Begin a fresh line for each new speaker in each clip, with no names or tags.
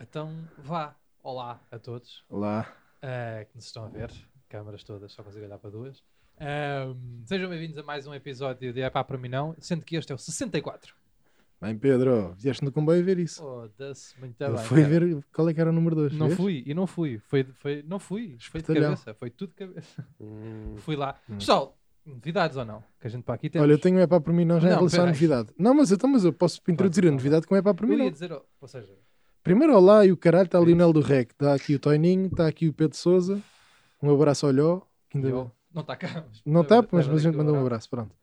Então vá. Olá a todos
Olá.
ah, que nos estão a ver. Câmaras todas, só consigo olhar para duas. Ahm, sejam bem-vindos a mais um episódio de Epá para mim não, sendo que este é o 64.
Bem, Pedro, vieste no comboio ver isso.
Foda-se, muito
Ele
bem.
foi
cara.
ver qual é que era o número 2.
Não fui, e não fui. Foi, foi, não fui, foi de
Espertalhão.
cabeça. Foi tudo de cabeça. Fui lá. Pessoal, novidades ou não? Que a gente para aqui temos.
Hum. Olha, eu tenho um epá para mim não já em
Não,
relação à
peraí.
novidade. Não, mas então, mas eu posso introduzir a
tá
novidade com epá para mim
Eu ia
não.
dizer, ou seja,
Primeiro, olá e o caralho, está o Lionel do Rec. Está aqui o Toininho, está aqui o Pedro Souza. Um abraço ao Lhó. que ainda-
eu- não está cá. mas-
Não está, mas, mas a
daqui
gente
um
mandou um abraço, pronto.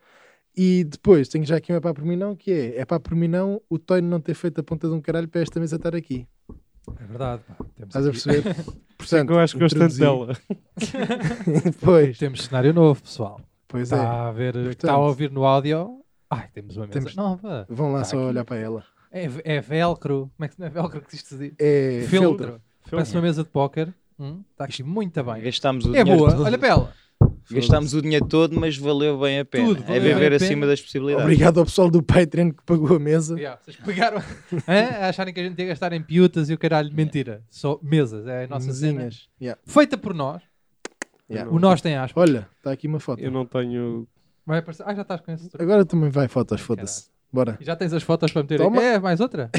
E depois, tenho já aqui um epá para mim não, que é epá para mim não o Toino não ter feito a ponta de um caralho para esta mesa estar aqui.
É verdade, pá. Temos
Estás a
aqui-
perceber? Portanto,
Eu acho que gosto tanto
introduzi-
dela.
Pois,
Temos cenário novo, pessoal.
pois é.
Está a ver, está a
Portanto-
ouvir no áudio. Ai, temos uma mesa
Temos-
nova.
Vão lá
Tá
só
aqui.
olhar para ela.
É, é velcro. Como é que não é velcro que isto se diz?
É filtro.
Parece uma mesa de póquer. Hum, Está aqui muito bem.
Gastámos o
É
dinheiro
boa.
todo.
Olha para ela.
Gastámos o dinheiro todo, mas valeu bem a pena.
Tudo,
é
valeu
viver
bem a
acima
pena.
das possibilidades.
Obrigado ao pessoal do Patreon que pagou a mesa.
Yeah, vocês pegaram Hã? a acharem que a gente ia gastar em piutas e o caralho. Mentira. Só mesas. É a nossa cena.
Mesinhas. Yeah,
Feita por nós.
yeah.
O nós tem aspas.
Olha, está aqui uma foto.
Eu não tenho.
Vai aparecer. Ah, já estás com esse. truque.
Agora também vai fotos, foda-se. Bora.
E já tens as fotos para meter.
Toma.
É, mais outra?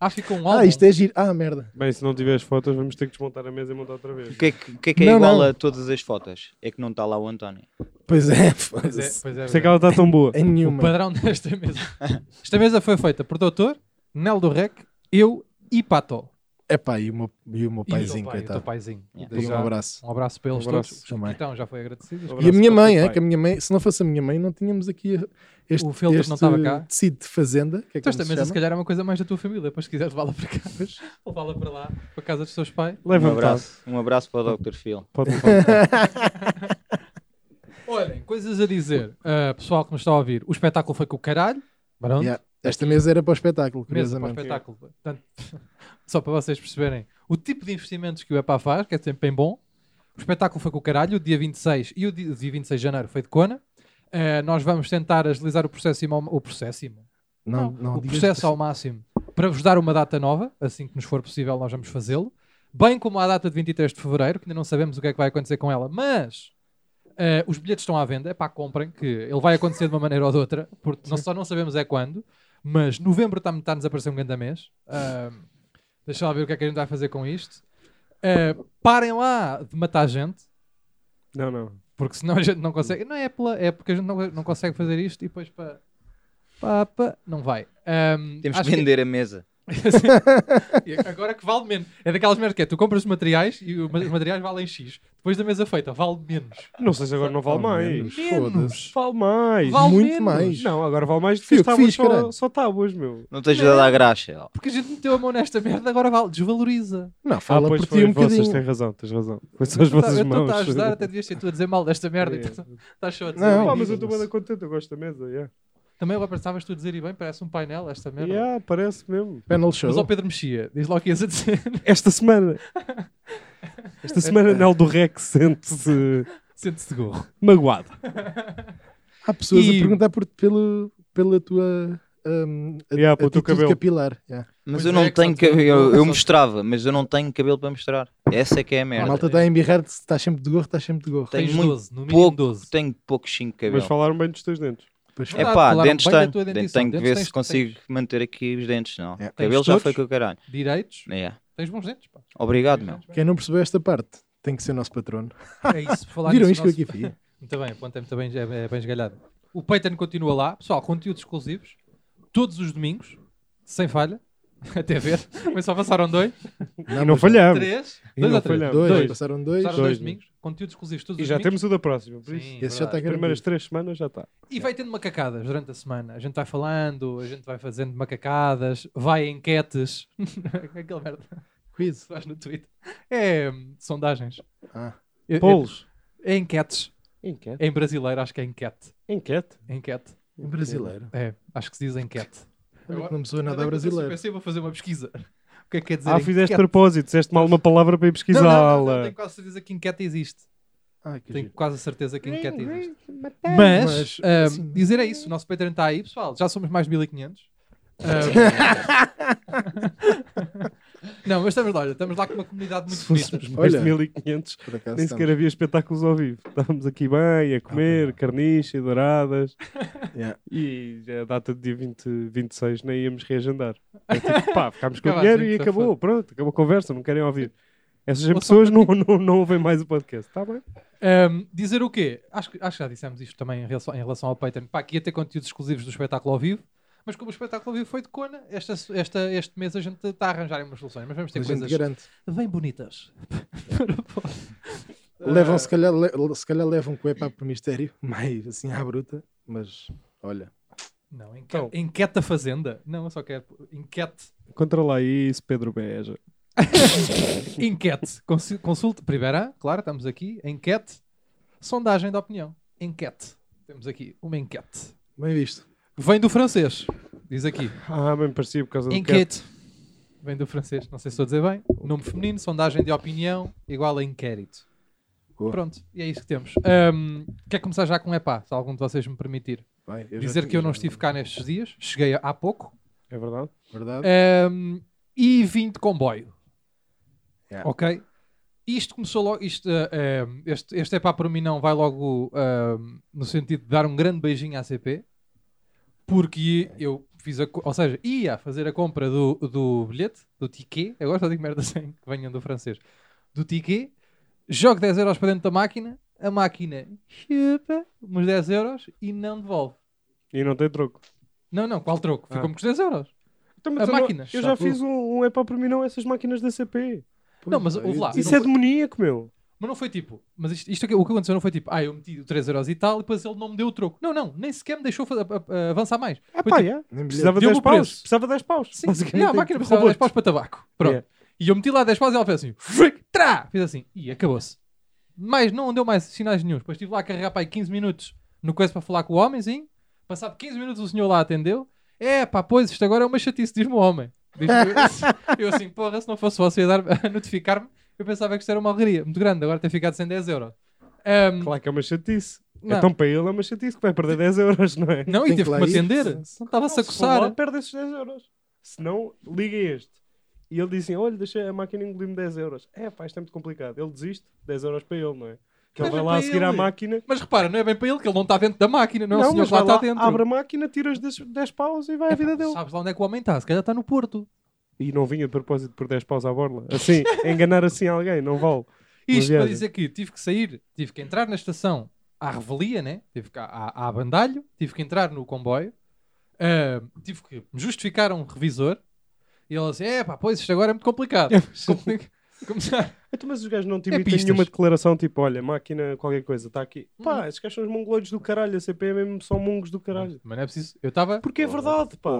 ah, ficou um álbum.
Ah, isto é giro. Ah, merda.
Bem, se não tiver as fotos, vamos ter que desmontar a mesa e montar outra vez.
O que é que, o que é, que é
Não,
igual
não.
a todas as fotos? É que não está lá o António.
Pois é,
Pois é,
foda-se.
pois é.
Por isso é que ela está tão boa.
É
O
nenhuma.
padrão desta mesa. Esta mesa foi feita por Doutor, Nel do Rec, eu e Pato.
É pá, e o meu, e o meu
E o teu
paizinho,
pai, o teu
coitado.
paizinho.
Yeah.
Dei
Desde
um
já,
abraço.
Um abraço para eles
Um abraço
todos.
também.
Então já foi agradecido.
Um
E a
abraço
minha
para o
mãe,
teu
é
pai.
que a minha mãe, se não fosse a minha mãe, não tínhamos aqui este,
O filtro
este
não estava cá.
tecido de fazenda. Que é
Então
como
esta
se
mesa se
chama.
calhar é uma coisa mais da tua família, depois se quiseres levá-la para cá, levá-la para lá, para a casa dos teus pais.
Um
Leva-me tá.
abraço, um abraço para o Dr. Phil.
Pode levar.
Olhem, coisas a dizer. Ah, pessoal que nos está a ouvir, o espetáculo foi com o caralho. Barão,
Yeah. Esta mesa era para o espetáculo,
mesa para o
curiosamente.
espetáculo. Portanto, só para vocês perceberem o tipo de investimentos que o EPA faz, que é sempre bem bom. O espetáculo foi com o caralho, o dia 26 e o di- o dia 26 de janeiro foi de Cona. Eh, nós vamos tentar agilizar o processo, ao, o processo,
Não, não
o
digas-
processo ao máximo para vos dar uma data nova, assim que nos for possível, nós vamos fazê-lo. Bem como a data de 23 de fevereiro, que ainda não sabemos o que é que vai acontecer com ela, mas eh, os bilhetes estão à venda, é pá, comprem, que ele vai acontecer de uma maneira ou de outra, porque nós só não sabemos é quando, mas novembro está-nos está a aparecer um grande mês. Ah, deixa lá ver o que é que a gente vai fazer com isto. Eh, parem lá de matar gente,
Não, não.
porque senão a gente não consegue. Não é pela, é porque a gente não, não consegue fazer isto e depois para. Pá, pá, não vai. Ahm,
Temos
acho
que vender a mesa.
E agora que vale menos. É daquelas merdas que é, tu compras os materiais e o- os materiais valem X. Depois da mesa feita, vale menos.
Não sei se agora não vale mais.
menos, foda-se.
Vale mais.
Vale
Muito
menos.
mais.
Não, agora vale mais.
Fui eu
Fiz
que fiz,
tábuas,
caralho.
só, só tábuas, meu.
Não tens dado à graxa.
Porque a gente meteu a mão nesta merda, agora vale. Desvaloriza.
Não, fala por ti um
Ah, vocês têm
bocadinho.
razão, tens razão. Foi só as
Eu
vossas
estou
mãos.
então tá a ajudar, até devias ser tu a dizer mal desta merda. e
É.
tu- Estás só a dizer.
Não.
bem.
Pá, mas eu estou bem contente, eu gosto da mesa. Yeah,
Também agora pensavas tu a dizer e bem, parece um painel esta merda.
yeah parece mesmo.
Panel show.
Mas ao Pedro Mexia, diz lá o que ias a dizer.
Esta semana. Esta semana, Nel do Rex sente-se
Sente-se gorro.
magoado.
Há pessoas
E-
a perguntar por, pelo, pela tua hum, a-
Yeah, pelo teu
atitude
cabelo.
capilar. Yeah.
Mas
Pois
eu
é,
não
que
tenho
só tem-
cabelo. Eu, eu
só-
mostrava, mas eu não tenho cabelo para mostrar. Essa é que é a
A
merda.
malta está a embirrar, se estás sempre de gorro, estás sempre de gorro.
Tenho
Tens
muito
12, no mínimo
pouco.
12.
Tenho pouco chinco de
Mas
cabelo.
falaram bem dos teus dentes.
Pois,
É
Verdade,
pá,
um falaram
dentes
bem da
tenho.
tua
Dentes
dentição.
tenho que
Dentes
ver se
tens- É.
consigo manter aqui os dentes, não.
Yeah.
Cabelo já
todos?
foi com o caralho.
Direitos,
Yeah.
tens bons dentes. Pá.
Obrigado, meu.
Quem não percebeu esta parte tem que ser nosso patrono.
É isso, por falar
Viram
nisso,
isto
nosso-
que eu aqui fiz?
Muito bem, apontei muito bem, é, é bem esgalhado. O Peyton continua lá, pessoal, conteúdos exclusivos, todos os domingos, sem falha, até ver, mas só passaram dois,
E não falhamos.
três,
E
dois
não
ou três,
falhamos.
Dois,
Dois.
passaram dois.
passaram dois
dois.
domingos, conteúdos exclusivos todos
E
os
já
domingos.
temos o da próxima. Por isso,
Sim,
Esse já está
verdade.
as primeiras
garantido.
três semanas já está.
E vai tendo macacadas durante a semana, a gente vai falando, a gente vai fazendo macacadas, vai a enquetes, aquela merda que
Quiz.
se faz no Twitter, é hum, sondagens,
Ah,
É-
Polos.
é, é enquetes,
Enquete.
em brasileiro acho que é enquete,
Enquete.
enquete,
um brasileiro.
é, acho que se diz enquete.
Olha que Não me soa
Ainda
nada
bem
a
que eu pensei-
brasileiro.
Pensei, vou fazer uma pesquisa. O que é que quer dizer?
Ah, fizeste
enquete?
propósito. Disseste mal uma palavra para ir
Não, não, não, não,
pesquisá-la.
tenho quase certeza que enquete existe.
Ah, que
Tenho
giro.
quase certeza que enquete existe.
Mas,
Mas, ahm,
sim.
dizer é isso. O nosso Patreon está aí, pessoal. Já somos mais de 1500. Ahm, Ah, Não, mas estamos lá, olha, estamos lá com uma comunidade
Se
muito
fôssemos
bonita.
mais de
Olha.
1500,
Por acaso
nem sequer é- havia espetáculos ao vivo. Estávamos aqui bem, a comer, carniça, douradas.
estamos. Yeah.
E já é a data de dia 20, 26 nem íamos reagendar. É tipo, pá, ficámos com o
Acabaste,
dinheiro e
muito
acabou,
safado.
pronto, acabou a conversa, não querem ouvir. Essas
Ouçam
pessoas não, não, não ouvem mais o podcast, está bem?
Ahm, dizer o quê? Acho que, acho que já dissemos isto também em relação, em relação ao Patreon. Pá, que ia ter conteúdos exclusivos do espetáculo ao vivo, mas como o espetáculo ao vivo foi de cona, esta, esta, este mês a gente está a arranjar aí umas soluções, mas vamos ter
A gente
coisas
garante.
bem bonitas. Ah.
Levam, se calhar, le- se calhar levam com epá por mistério, mais assim à bruta, mas olha.
Não, enque-
Então.
enquete da fazenda. Não, eu só quero enquete.
Contra lá isso, Pedro Beja.
Enquete. Consu- Consulte. Primeira, claro, estamos aqui. Enquete. Sondagem de opinião. Enquete. Temos aqui uma enquete.
Bem visto.
Vem do francês. Diz aqui.
Ah, bem parecia por causa do cat.
Enquete. Vem do francês. Não sei se estou a dizer bem. Nome feminino, sondagem de opinião, igual a inquérito.
Boa.
Pronto, e é isso que temos. Ahm, quer começar já com um epá, se algum de vocês me permitir.
Vai, já
Dizer
tinha-
que eu não
já-
estive cá nestes dias, cheguei há pouco,
É verdade?
Verdade?
Um, e vim de comboio.
Yeah.
Ok? Isto começou logo. Isto, uh, um, este, este é para por mim não vai logo um, no sentido de dar um grande beijinho à CP, porque eu fiz a. co- Ou seja, ia fazer a compra do, do bilhete, do ticket. Eu gosto de dizer merda sem que venham do francês. Do ticket, jogo 10 euros para dentro da máquina, a máquina chupa uns 10 euros e não devolve.
E não tem troco.
Não, não, qual troco?
Ah.
Ficou-me com os 10 euros.
Então,
A
eu não-
máquina,
eu
está
já
tudo.
fiz um, um é para mim não essas máquinas da CP.
Ah, Não, mas
Pois,
ouve lá.
eu-
Isso é demoníaco, meu.
Mas não foi tipo, mas isto, isto aqui- o que aconteceu não foi tipo, ah, eu meti 3 euros e tal e depois ele não me deu o troco. Não, não, nem sequer me deixou fa- a- a- avançar mais.
É
Foi
pá,
tipo,
yeah.
Nem
Precisava de
Deu-me
10
o
paus.
preço.
Precisava de 10 paus.
Sim,
Basicamente,
não, a
tem
máquina
que
precisava de
robô.
10 paus para tabaco. Pronto.
Yeah.
E eu meti lá 10 paus e ela fez assim, fric, trá! Fiz assim, e acabou-se. Mas não deu mais sinais nenhum. Depois estive lá a carregar para aí 15 minutos no coisa para falar com o homem, sim. Passado 15 minutos o senhor lá atendeu. É pá, pois isto agora é uma chatice, diz-me o homem. Diz-me- eu assim, porra, se não fosse você a, dar- a notificar-me, eu pensava que isto era uma alegria muito grande, agora ter ficado sem 10 euros. Ahm,
Claro que é uma chatice.
Não.
Então para ele é uma chatice que vai perder 10 euros, não é?
Não, e
Tem que
teve que
lá
me
ir,
atender.
se-
Não estava-se a
Se for lá,
coçar.
perde esses 10 euros. Se não, liga este. E ele disse assim, olha, deixa a máquina engolir-me 10 euros. É pá, isto é muito complicado. Ele desiste, 10 euros para ele, não é? Que
Mas
ele vai
é
lá
para
a seguir à
ele.
máquina.
Mas repara, não é bem para ele que ele não está dentro da máquina, não, é o senhor
mas
que lá
vai lá,
está dentro.
abre a máquina, tira os 10, 10 paus e vai à vida dele.
Sabes lá onde é que o homem está? Se calhar está no Porto.
E não vinha de propósito por 10 paus à borla. Assim, enganar assim alguém, não vale. Uma
Isto para
viagem.
dizer que tive que sair, tive que entrar na estação à revelia, né? Tive que, à, à- à bandalho, tive que entrar no comboio, ah, tive que me justificar a um revisor e ele assim: é pá, pois isto agora é muito complicado. é Compli- Começar.
Então, mas os gajos não te
É
emitem
pistas.
nenhuma declaração tipo, olha, máquina, qualquer coisa, está aqui. Pá, esses gajos são os mongoloides do caralho, a CP é mesmo são mongos do caralho.
Mas não é preciso. Eu estava
Porque é verdade, pá.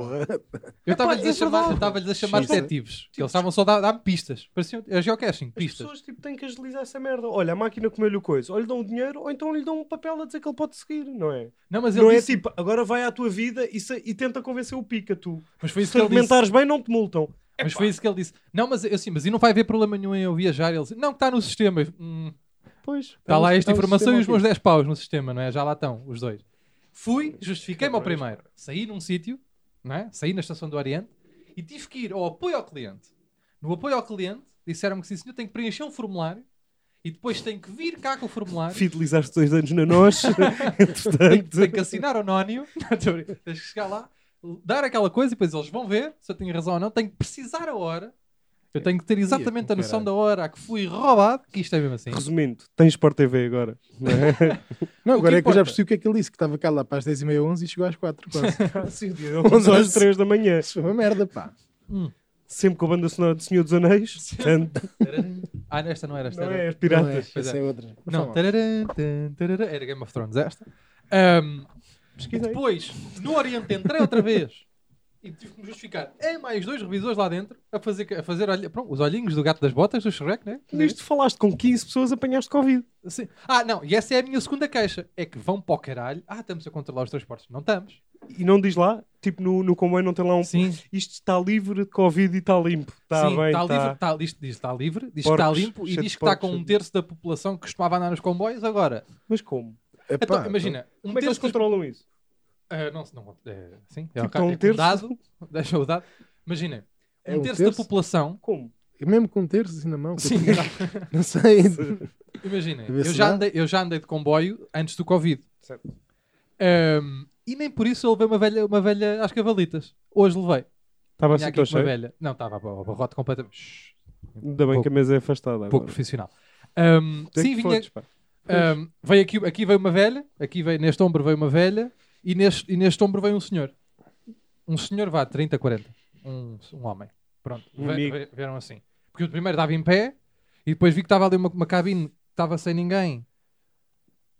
eu estava-lhes
é
a chamar,
verdade.
eu estava-lhes a chamar
Sim.
detetives. Eles estavam só a dar- dar-me pistas. Pareciam a geocaching,
As
pistas.
pessoas tipo, têm que agilizar essa merda. Olha, a máquina comeu-lhe o coisa. Ou lhe dão o dinheiro, ou então lhe dão um papel a dizer que ele pode seguir, não é?
Não, mas ele
não
disse-
é tipo, agora vai à tua vida e, se- e tenta convencer o pica, tu.
Mas foi isso que
Se
ele disse.
argumentares bem, não te multam.
Mas foi isso que ele disse. Não, mas eu sim, mas e não vai haver problema nenhum em eu viajar. Ele disse, não, que está no sistema. Eu, Hum,
Pois. é um
está lá
o-
esta
o
informação
Tá sistema
e os meus
aqui.
10 paus no sistema, não é? Já lá estão, os dois. Fui, justifiquei-me ao primeiro. Saí num sítio, não é? Saí na estação do Oriente e tive que ir ao apoio ao cliente. No apoio ao cliente, disseram-me que sim, senhor, tenho que preencher um formulário e depois tenho que vir cá com o formulário.
Fidelizaste dois anos na nós,
Tem,
entretanto.
tem que assinar anónimo, Não, tô a brincar. tens que chegar lá, dar aquela coisa e depois eles vão ver se eu tenho razão ou não. Tenho que precisar a hora, eu tenho que ter
é
exatamente
um
a noção da hora a que fui roubado, que isto é mesmo assim.
Resumindo, tens Sport TV agora. não é?
Não,
O que
agora é que eu
importa?
já percebi o que é que ele disse, que estava cá lá para as 10h30, 11 e chegou às 4 quase.
Ah,
Sim, o dia 11 às 3 da manhã.
Isso foi uma merda, pá.
Sempre com a banda sonora do Senhor dos Anéis. Portanto,
Ah, esta não era esta.
não
era-
é, as
Não é,
piratas.
Pois
essa
é.
é outra.
Não,
Fala.
tararã, tan, tararã. era Game of Thrones esta. Ahm,
Pesquisei.
depois, no Oriente, entrei outra vez e tive que me justificar. É mais dois revisores lá dentro a fazer, a fazer olha- pronto, os olhinhos do gato das botas do Shrek, né?
Nisto falaste com 15 pessoas, apanhaste Covid.
Sim. Ah, não, e essa é a minha segunda queixa. É que vão para o caralho. Ah, estamos a controlar os transportes. Não estamos.
E não diz lá, tipo no, no comboio não tem lá um.
Sim,
Isto está livre de Covid e está limpo. Está
sim,
bem,
está
está.
livre. Tá, diz, diz, está livre, diz
Porcos,
que está limpo e
cheio de
diz que está
porcos,
com um
cheio de-
terço da população que costumava andar nos comboios agora.
Mas como?
Epá,
Então, imagina, um
Como é que eles
terço. dos-
controlam isso?
Ah, não, se não. É, sim, é,
Tipo,
ok,
com um
é com
terço?
dado. Deixa o dado. Imagina,
É
um,
um
terço, da
terço?
população
Como?
Mesmo com um terço assim na mão. com
Sim,
o pin- Não sei.
imaginem.
A ver
Eu,
se
já
dá.
andei- eu já andei de comboio antes do Covid.
Certo.
Ahm, e nem por isso eu levei uma velha, uma velha às cavalitas. Hoje levei.
Estava
Tinha
assim
aqui
tão
uma
cheio.
velha. Não, estava ao barrote completamente. Shhh,
Ainda bem que a mesa é afastada.
pouco
agora.
profissional. Ahm,
Tu é
sim,
que
vinha,
fodes, pá.
ahm, veio aqui, aqui veio uma velha, aqui veio, neste ombro veio uma velha e neste, e neste ombro veio um senhor. Um senhor vá, 30, 40. Um, um homem. Pronto.
Um
Ve-
amigo.
ve- vieram assim. Porque eu primeiro estava em pé e depois vi que estava ali uma, uma cabine que estava sem ninguém.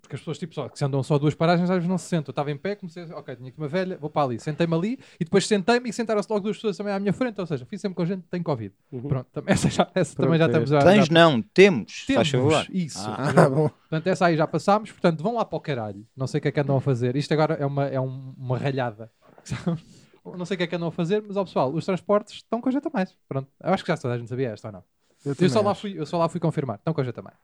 Porque as pessoas, tipo, só, que se andam só duas paragens, às vezes não se sentam. Eu estava em pé, comecei a dizer, ok, tinha aqui uma velha, vou para ali. Sentei-me ali e depois sentei-me e sentaram-se logo duas pessoas também à minha frente. Ou seja, fiz sempre com a gente que tem Covid.
Uhum.
Pronto, também, essa, já, essa também já
Pronto, é.
estamos a...
Tens?
já-
Não, temos. Faz
Temos,
favor.
Isso.
Ah.
Ah, bom.
Portanto, essa aí já passámos. Portanto, vão lá para o caralho. Não sei o que é que andam a fazer. Isto agora é uma, é um- uma ralhada. Não sei o que é que andam a fazer, mas, ó pessoal, os transportes estão com a gente a mais. Pronto. Eu acho que já toda a gente sabia esta ou não. Eu
também
só, lá
acho.
fui, eu só lá fui confirmar. Estão com a gente a mais.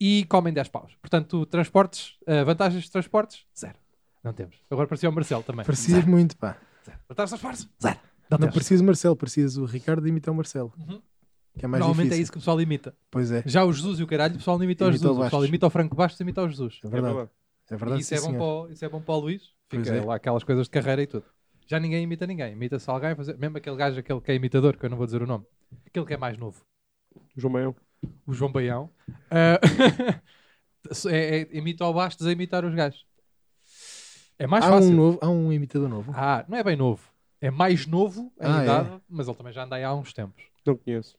E comem 10 paus. Portanto, transportes, eh, vantagens de transportes, zero. Não temos. Agora parecia o Marcelo também.
Parecias muito, pá.
Zero. Vantagens de transportes, zero. Não,
Não
temos.
precisas o Marcelo, precisas o Ricardo imitar o Marcelo.
um Uhum.
Que é mais
Normalmente
difícil.
é isso que o pessoal imita.
Pois é,
Já o Jesus e o caralho, o pessoal não imita o
Imita o
Jesus. O pessoal
Bastos.
imita o Franco Bastos e imita o Jesus.
é
É
verdade.
verdade.
É verdade,
E isso, é
sim,
bom para
senhor.
o, isso é bom para o Luís.
Pois
Fica
é.
lá aquelas coisas de carreira e tudo. Já ninguém imita ninguém. Imita-se alguém. a Fazer... Mesmo aquele gajo, aquele que é imitador, que eu não vou dizer o nome. Aquele que é mais novo.
João Maião.
O João Baião. Ah, é- é- imita o Bastos a imitar os gajos. É mais
Há
fácil.
um, novo, há um imitador novo.
Ah, não é bem novo. É mais novo em
Ah, é?
idade, mas ele também já anda aí há uns tempos.
Não conheço.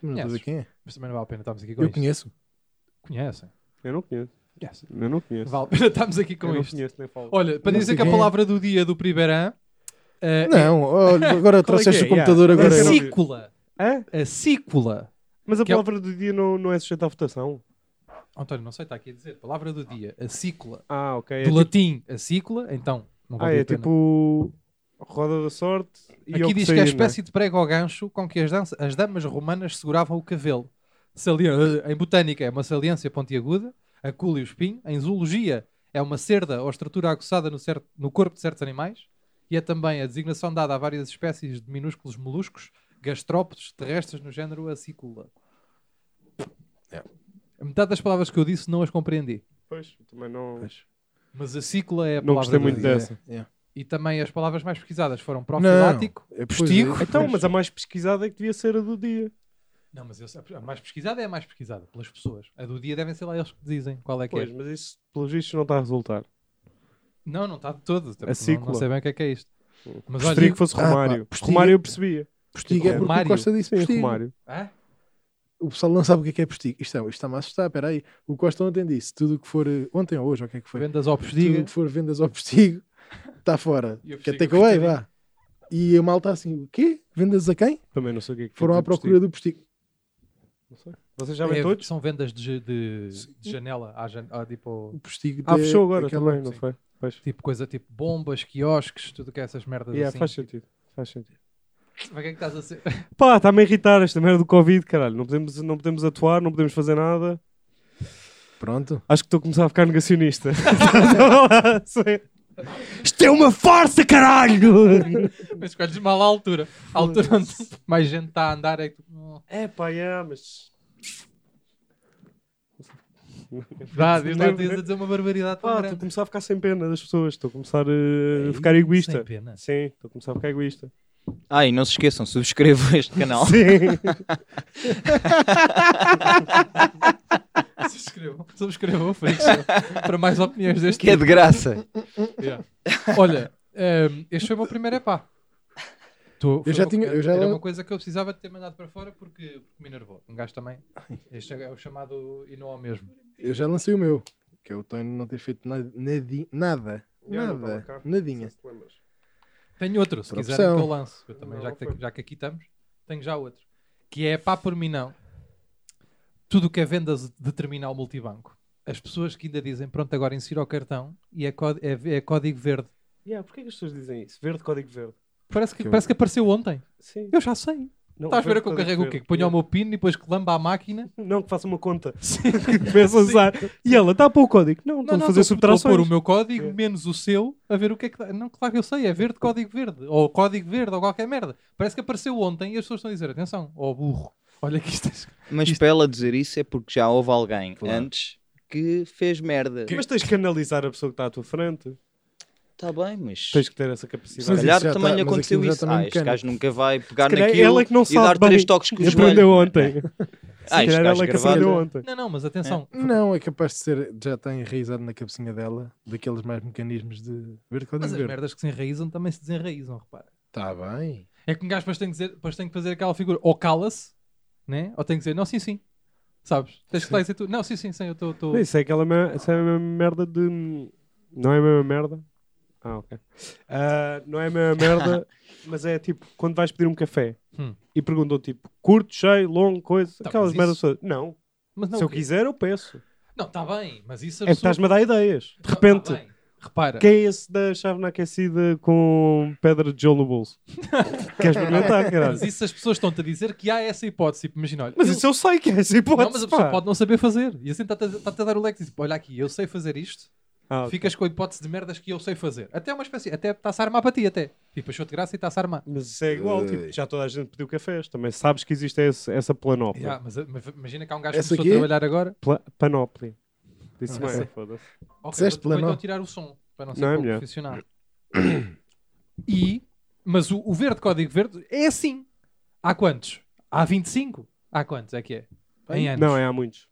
Também não estou a
conheces?
ver quem é.
Mas também não vale a pena estarmos aqui com
Eu
isto.
conheço.
Conhecem.
Eu não conheço.
Conhecem.
Eu não conheço.
Vale a pena estarmos aqui com
eu
isto.
não conheço nem falo.
Olha, para
Não
dizer
sei
que a
quem é.
palavra do dia do Pribeirã é
Não, olha, agora trouxeste
é?
o computador
Yeah.
agora.
a
eu não vi.
cícula.
Hã?
A cícula.
Mas a
Que é o-
palavra do dia não, não é sujeita à votação?
Oh, António, não sei, está aqui a dizer. Palavra do dia, a cícula.
Ah, ok. É
Do
tipo-
latim, a cícula, então. Não
Ah,
vale
é
a pena.
tipo roda da sorte e ao
Aqui diz que
sair,
é a
não
espécie de prego ao gancho com que as, dança- as damas romanas seguravam o cabelo. Salia- Em botânica é uma saliência pontiaguda, a cula e o espinho. Em zoologia é uma cerda ou estrutura aguçada no, cer- no corpo de certos animais. E é também a designação dada a várias espécies de minúsculos moluscos, gastrópodes terrestres no género acícula.
É.
Metade das palavras que eu disse não as compreendi.
Pois, também não.
Mas a cícula é a
Não
palavra
gostei
do
muito
dia.
dessa.
Yeah.
E também as palavras mais pesquisadas foram profilático.
Não, é, pois
postigo.
é,
Então,
pois.
mas a mais pesquisada é que devia ser a do dia.
Não, mas eu sei- a mais pesquisada é a mais pesquisada pelas pessoas. A do dia devem ser lá eles que dizem qual é que
Pois,
é.
mas isso, pelos vistos, não está a resultar.
Não, não está de todo. Tipo, Não,
cícula.
não sei bem o que é que é isto. Mas
Preferia que
olha.
fosse
Ah, pá,
Romário.
postiga-
Romário eu percebia.
Postigo é porque
Romário.
o Costa disse
Sim,
postigo.
Romário.
Hã?
O pessoal não sabe o que é que é postigo. Isto, é, isto está-me a assustar, peraí. O Costa ontem disse, tudo o que for... eh, Ontem ou hoje, ou o que é que foi?
vendas ao
tudo
postigo.
o que for vendas ao postigo, está fora.
E o
Que é
postigo
takeaway,
é
vá. E a malta assim, o quê? Vendas a quem?
Também não sei o que é que
Foram
é
à procura do postigo.
postigo. Não sei. Vocês já vêm
É,
todos?
São vendas de, de- de janela. à jan- ah, tipo,
O postigo é
Ah,
de-
fechou agora
daquela-
também, não
sim.
foi? Pois.
tipo coisa tipo bombas, quiosques, tudo que é essas merdas
Yeah,
assim.
faz sentido. Faz sentido.
Mas o que é que estás a ser?
Pá, está-me a irritar esta merda do Covid, caralho. Não podemos, não podemos atuar, não podemos fazer nada.
Pronto.
Acho que estou a começar a ficar negacionista. Estava lá, assim. Isto é uma farsa, caralho!
mas escolhes mal a altura. A altura onde mais gente está a andar é que tu-
É pá, é, mas.
Dá, diz lá, tens a dizer uma barbaridade tão
Pá, Ah, estou a
grande.
começar a ficar sem pena das pessoas. Estou a começar eh, a
Ei,
ficar egoísta.
Sem pena.
Sim, estou a começar a ficar egoísta.
Ah, e não se esqueçam, subscrevam este canal.
Sim.
Ah, Subscrevam, subscrevam o um Freak Show para mais opiniões deste
Que é de graça.
tipo. Yeah. Olha, ehm, este foi o meu primeiro epá. Tô- foi
já
uma-
tinha- eu já-
Era uma coisa que eu precisava de ter mandado para fora porque, porque me enervou. Um gajo também. Este é o chamado e não ao mesmo.
Eu já lancei o meu. Que é o Tony não ter feito nada. Nadi, nada.
tá
Nada. Nadinha.
Tenho outro, se
Outra
quiserem que eu
opção.
lance. Eu também,
Não,
já,
não
que,
foi.
já que aqui estamos, tenho já outro. Que é pá por mim não. Tudo o que é vendas de terminal multibanco. As pessoas que ainda dizem, pronto, agora insira o cartão e é, cód- é- é código verde.
Yeah, porquê que as pessoas dizem isso? Verde, código verde.
Parece que,
Que eu-
parece que apareceu ontem.
Sim.
Eu já sei.
Não,
Estás a ver
verde,
que eu
código
carrego o É.
verde.
quê? Que ponho o meu pino e depois que lamba a máquina?
Não, que faça uma conta.
Sim.
Começa a usar. E ela, dá para o código. Não, estou
Não,
a
não,
fazer
estou estou a
subtrações.
pôr o meu código
É.
menos o seu a ver o que é que dá. Não, claro que eu sei, é verde, código verde. Ou código verde, ou qualquer merda. Parece que apareceu ontem e as pessoas estão a dizer, atenção, ó burro. Olha que isto é
Mas para ela dizer isso é porque já houve alguém
Claro.
antes que fez merda.
Mas tens que analisar a pessoa que está à tua frente.
Está tá bem, mas.
Tens que ter essa
Se
Mas
capacidade.
isso
calhar
já
também
tá-
lhe
mas
aconteceu
aquilo já tá
isso. Ah,
meio
este
mecânico.
gajo nunca vai pegar
calhar
naquilo
ele é que não
e
sabe
dar
bem.
três toques com o
Aprendeu
joelho.
ontem.
Ah,
Se
este
calhar
gajo
ela é que aprendeu
gravado.
ontem.
Não, não, mas atenção.
Não, é capaz de ser, já está enraizado na cabecinha dela, daqueles mais mecanismos de ver
Mas
quando
as
ver.
merdas que se enraizam também se desenraizam, repara.
Está bem.
É que um gajo depois tem que, dizer, depois tem que fazer aquela figura, ou cala-se, né? ou tem que dizer, não, sim, sim. Sabes? Tens que lá dizer tu, não, sim, sim, sim, eu estou.
Não, Isso é aquela me- isso é a mesma merda de. Não é a mesma merda? Ah, ok. Ah, não é a mesma merda, mas é tipo quando vais pedir um café
Hum.
e perguntam tipo curto, cheio, longo, coisa,
Tá, mas
aquelas
isso-
merdas todas. Não,
Mas não,
se eu
o quê?
quiser eu peço.
Não, está bem, mas isso
É que
absurdo.
estás-me a dar ideias. De
Não, tá
repente,
bem. Repara,
quem é esse da chávena aquecida com pedra de gelo no bolso? Queres experimentar, caralho?
mas isso as pessoas estão-te a dizer que há essa hipótese. Tipo, imagina, olha,
Mas
eu-
isso eu sei que é essa hipótese.
não, mas a pessoa
pá.
pode não saber fazer. E assim está-te a, está-te a dar o leque. Tipo, olha aqui, eu sei fazer isto.
Ah, ok.
Ficas com a hipótese de merdas que eu sei fazer. Até é uma espécie, até está-se a armar para ti, até. Tipo, achou-te graça e está-se a armar.
Mas isso é igual, tipo,
Ei.
já toda a gente pediu cafés. Também sabes que existe esse- essa planóplia.
Já, mas, mas imagina que há um gajo que
Essa
começou a
aqui é?
trabalhar agora.
Pla- panóplia. Disse
Ah,
bem,
sim.
foda-se.
Ok, vou,
Disseste
vou então
plano.
tirar o som para não ser
Não, é
pouco
melhor.
profissional. E, mas o, o verde, código verde, é assim. Há quantos? Há 25? Há quantos é que é? Em anos.
Não, é há muitos.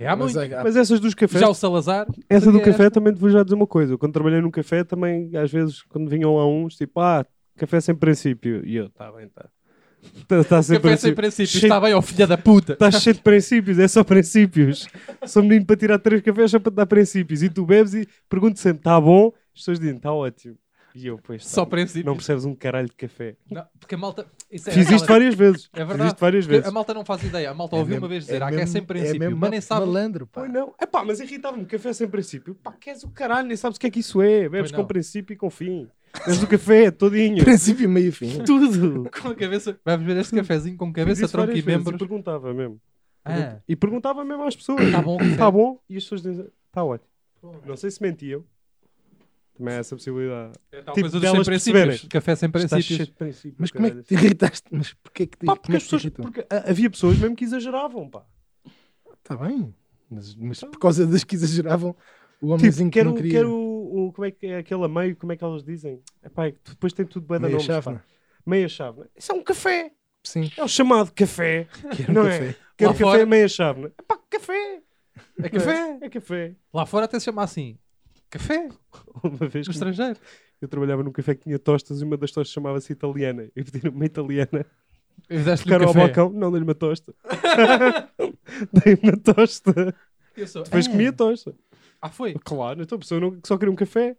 É há
Mas
muito.
há- há-
Mas essas dos cafés,
Já o Salazar.
essa do
seria
café
esta.
também te vou já dizer uma coisa. Eu, Quando trabalhei num café, também às vezes quando vinham lá uns, tipo, ah, café sem princípio. E eu, tá bem, tá. Tá, tá sem
Café sem
princípio.
princípio.
Cheio-
Está bem, ó filha da puta.
Estás cheio de princípios, é só princípios. Sou menino para tirar três cafés só para te dar princípios. E tu bebes e pergunto sempre, está bom? As pessoas dizem, está ótimo. E eu, pois, tá.
Só princípio.
não percebes um caralho de café.
Não, porque a malta. Isso é
Fiz isto
aquela-
várias vezes.
É
Fiz
verdade.
isto várias
porque
vezes.
A malta não faz ideia. A malta
É
ouviu
mesmo-
uma vez dizer,
é
há que é
mesmo-
sem princípio.
mesmo
mas nem sabe.
malandro, pá.
Pois não. É pá, mas irritava-me. Café sem princípio. Pá, queres o caralho, nem sabes o que é que isso é. Bebes
Pois não.
com princípio e com fim. Bebes o café é todinho.
Princípio, meio e fim.
Tudo.
Com a cabeça. Vamos ver este cafezinho com cabeça,
Disse
tronco
várias
e
vezes
membros.
perguntava mesmo.
Ah,
E perguntava mesmo às pessoas.
está bom o café.
Está bom? E as pessoas dizem, está ótimo. Não sei se mentiam. Também há essa possibilidade.
É tal
Tipo,
coisa dos sem
delas
princípios.
perceberem.
Café sem
Estás cheio
princípios.
de princípio.
Mas como é que
caralho.
te irritaste? Mas porquê que te
Pá, porque
como é
as
que te
pessoas...
irritou?
Porque ah, havia pessoas mesmo que exageravam, pá. Tá
Está bem, mas, mas por causa das que exageravam, o
Tipo,
homenzinho que
quero,
não queria.
quero o, o- Como é que é aquele a meio? Como é que elas dizem? Epá, é que depois tem tudo bem da
meia
nomes,
chave.
pá. Meia chave. Isso é um café.
Sim,
É o chamado café.
quero
não
um
é?
café.
Quero
Lá
café
fora-
meia chave. É pá, café.
É café.
É café.
Lá fora até se chama assim. Café,
Uma vez
do
que
estrangeiro.
eu trabalhava num café que tinha tostas e uma das tostas chamava-se italiana. Eu pedi uma italiana.
E Fizeste-lhe
Ficaram
um
ao
café.
balcão. Não, dei-lhe uma tosta. dei-me uma tosta.
Eu sou,
Depois comi a tosta.
Ah, foi.
Claro, então a pessoa não, que só queria um café.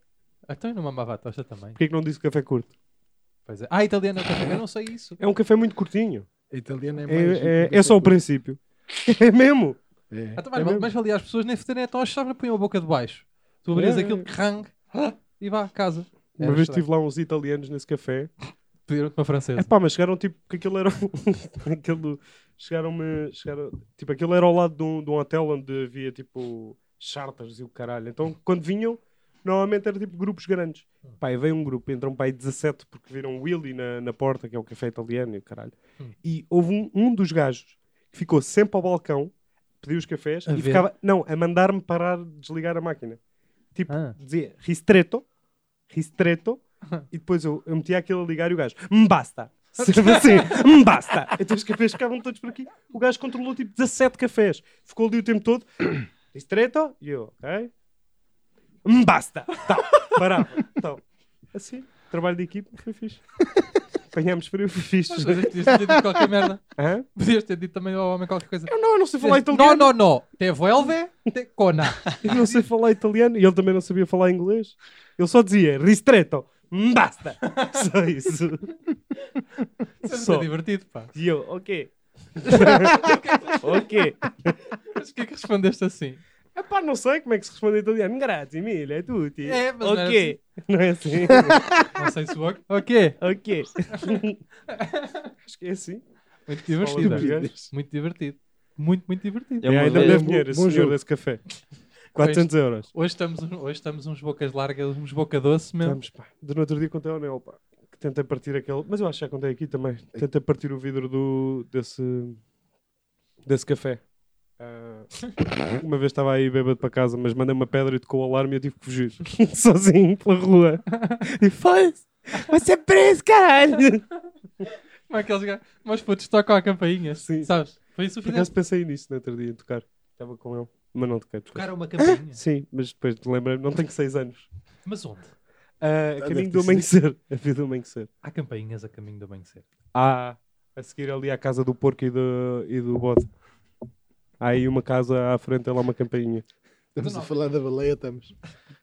Então eu não mamava a tosta também.
Porquê é que não disse café curto?
Pois é. Ah, italiano é o café. Eu não sei isso.
É um café muito curtinho.
A italiana é
É,
mais.
é- é só o princípio. É mesmo.
É.
Ah, tá, mas,
É mesmo?
mas ali as pessoas nem fazerem então a chave põem a boca de baixo. Tu abrias
É, é.
aquilo, crang, e vá a casa.
Uma
Era
vez
estranho.
estive lá uns italianos nesse café.
Pediram-te uma francesa.
É pá, mas chegaram tipo que aquilo era. um- aquilo, chegaram-me. Chegaram, tipo, aquilo era ao lado de um, de um hotel onde havia tipo charters e o caralho. Então quando vinham, normalmente era tipo grupos grandes. Pá, e veio um grupo, entram pá aí 17 porque viram Willy na, na porta, que é o café italiano e o caralho.
Hum.
E houve um, um dos gajos que ficou sempre ao balcão, pediu os cafés
A
e
ver.
ficava. Não, a mandar-me parar de desligar a máquina. Tipo,
Ah.
dizia ristretto, ristretto. E depois eu, eu metia aquilo a ligar e o gajo, me basta. Sempre assim, me basta. Então os cafés ficavam todos por aqui. O gajo controlou tipo 17 cafés. Ficou ali o tempo todo. Distreto. E eu, ok. Me basta. Tá, parava. Então, assim, trabalho de equipe, foi fixe. Apanhámos frio, foi fixe.
Mas Podias ter dito qualquer merda.
Hã?
Podias ter dito também ao homem qualquer coisa.
Eu não, eu não sei falar
Não,
italiano.
não, não. Te vuelve, te cona.
Eu não sei falar italiano. E ele também não sabia falar inglês. Ele só dizia, ristretto. Me basta. Só isso.
Isso é
Só.
muito divertido, pá.
E eu, ok. ok.
Mas porquê que respondeste assim?
Epá, não sei como é que se responde em italiano. Grazie mille, a tutti.
É, mas não era
ok. Não é assim?
Não sei se o Ok.
ok. Acho que é assim.
Muito
Fala dos
divertido.
gajos.
Muito divertido. Muito, muito divertido.
Eu
E
uma
ainda me
vez-
deve dinheiro esse
Bom
senhor
jogo.
desse café. 400 euros.
Hoje estamos, um, hoje estamos uns bocas largas, uns boca doce mesmo.
Vamos, pá. De no outro dia contei ao Nel, pá. Que tentei partir aquele... Mas eu acho que já contei aqui também. Tentei partir o vidro do... desse... desse café. Ah, uma vez estava aí bêbado para casa, mas mandei uma pedra e tocou o alarme e eu tive que fugir sozinho pela rua. E foda-se, vai ser preso, caralho!
Como é que eles ganham? Mas putos tocam a campainha,
Sim.
sabes? Foi isso que
Por
fizeste.
acaso pensei nisso no outro dia, em tocar. Estava com ele, mas não toquei. toquei.
Tocaram uma campainha.
Sim, mas depois lembrei-me, não tenho 6 anos.
Mas onde?
Ah,
deve ter
caminho do
sido.
amanhecer. A vida do amanhecer.
Há campainhas a caminho do amanhecer.
Há a seguir ali à casa do porco e do, e do bode. Há aí uma casa à frente, há lá uma campainha.
Estamos a
Não.
falar da baleia, estamos.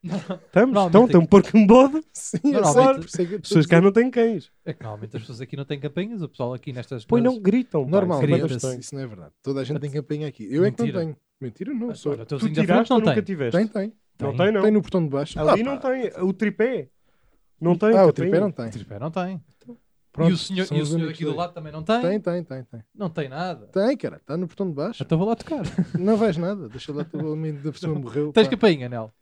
Estamos?
Não,
então,
é
não
tem um porco e um bode.
Sim,
Não,
eu
não,
sei,
mas-
por isso é que eu estou
As
a
pessoas
dizer.
cá não têm cães.
É que normalmente as pessoas aqui não têm campainhas, o pessoal aqui nestas.
Pois
nas-
não gritam. pá.
Normal,
Isso é
Queria-
mas
bastante.
isso não é verdade. Toda a gente tem campanha aqui. Eu é que não
Mentira.
tenho. Mentira, não. Sou...
Olha, o teuzinho
Tu
da frente
tiraste ou
não
nunca
tem.
tiveste?
Tem, tem.
Não tem, não.
Tem no botão de baixo.
Ali
Ah,
não
pá.
tem. O tripé. Não tem.
Ah, o
campainha.
tripé não tem.
Tipo, não tem.
Pronto,
e o senhor,
são
e o
os
senhor
únicos
aqui do
dois.
lado também não tem?
Tem, tem, tem, tem.
Não tem nada.
Tem, cara. Está no botão de baixo.
Então vou lá tocar.
Não vais nada. Deixa lá, o amigo da pessoa morreu.
Tens
pá.
campainha, Nel?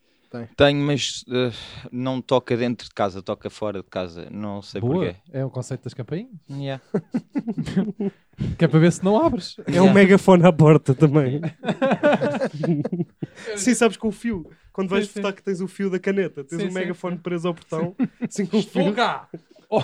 Tenho, mas eh, não toca dentro de casa, toca fora de casa. Não sei
Boa.
porquê.
É o conceito das campainhas.
Yeah.
Que é para ver se não abres.
É um megafone à porta também. Sim, sabes com o fio. Quando vais
Sim, sim.
votar que tens o fio da caneta, tens
Sim,
um
sim,
megafone preso ao portão, assim com o
Estou
fio.
cá! Ou,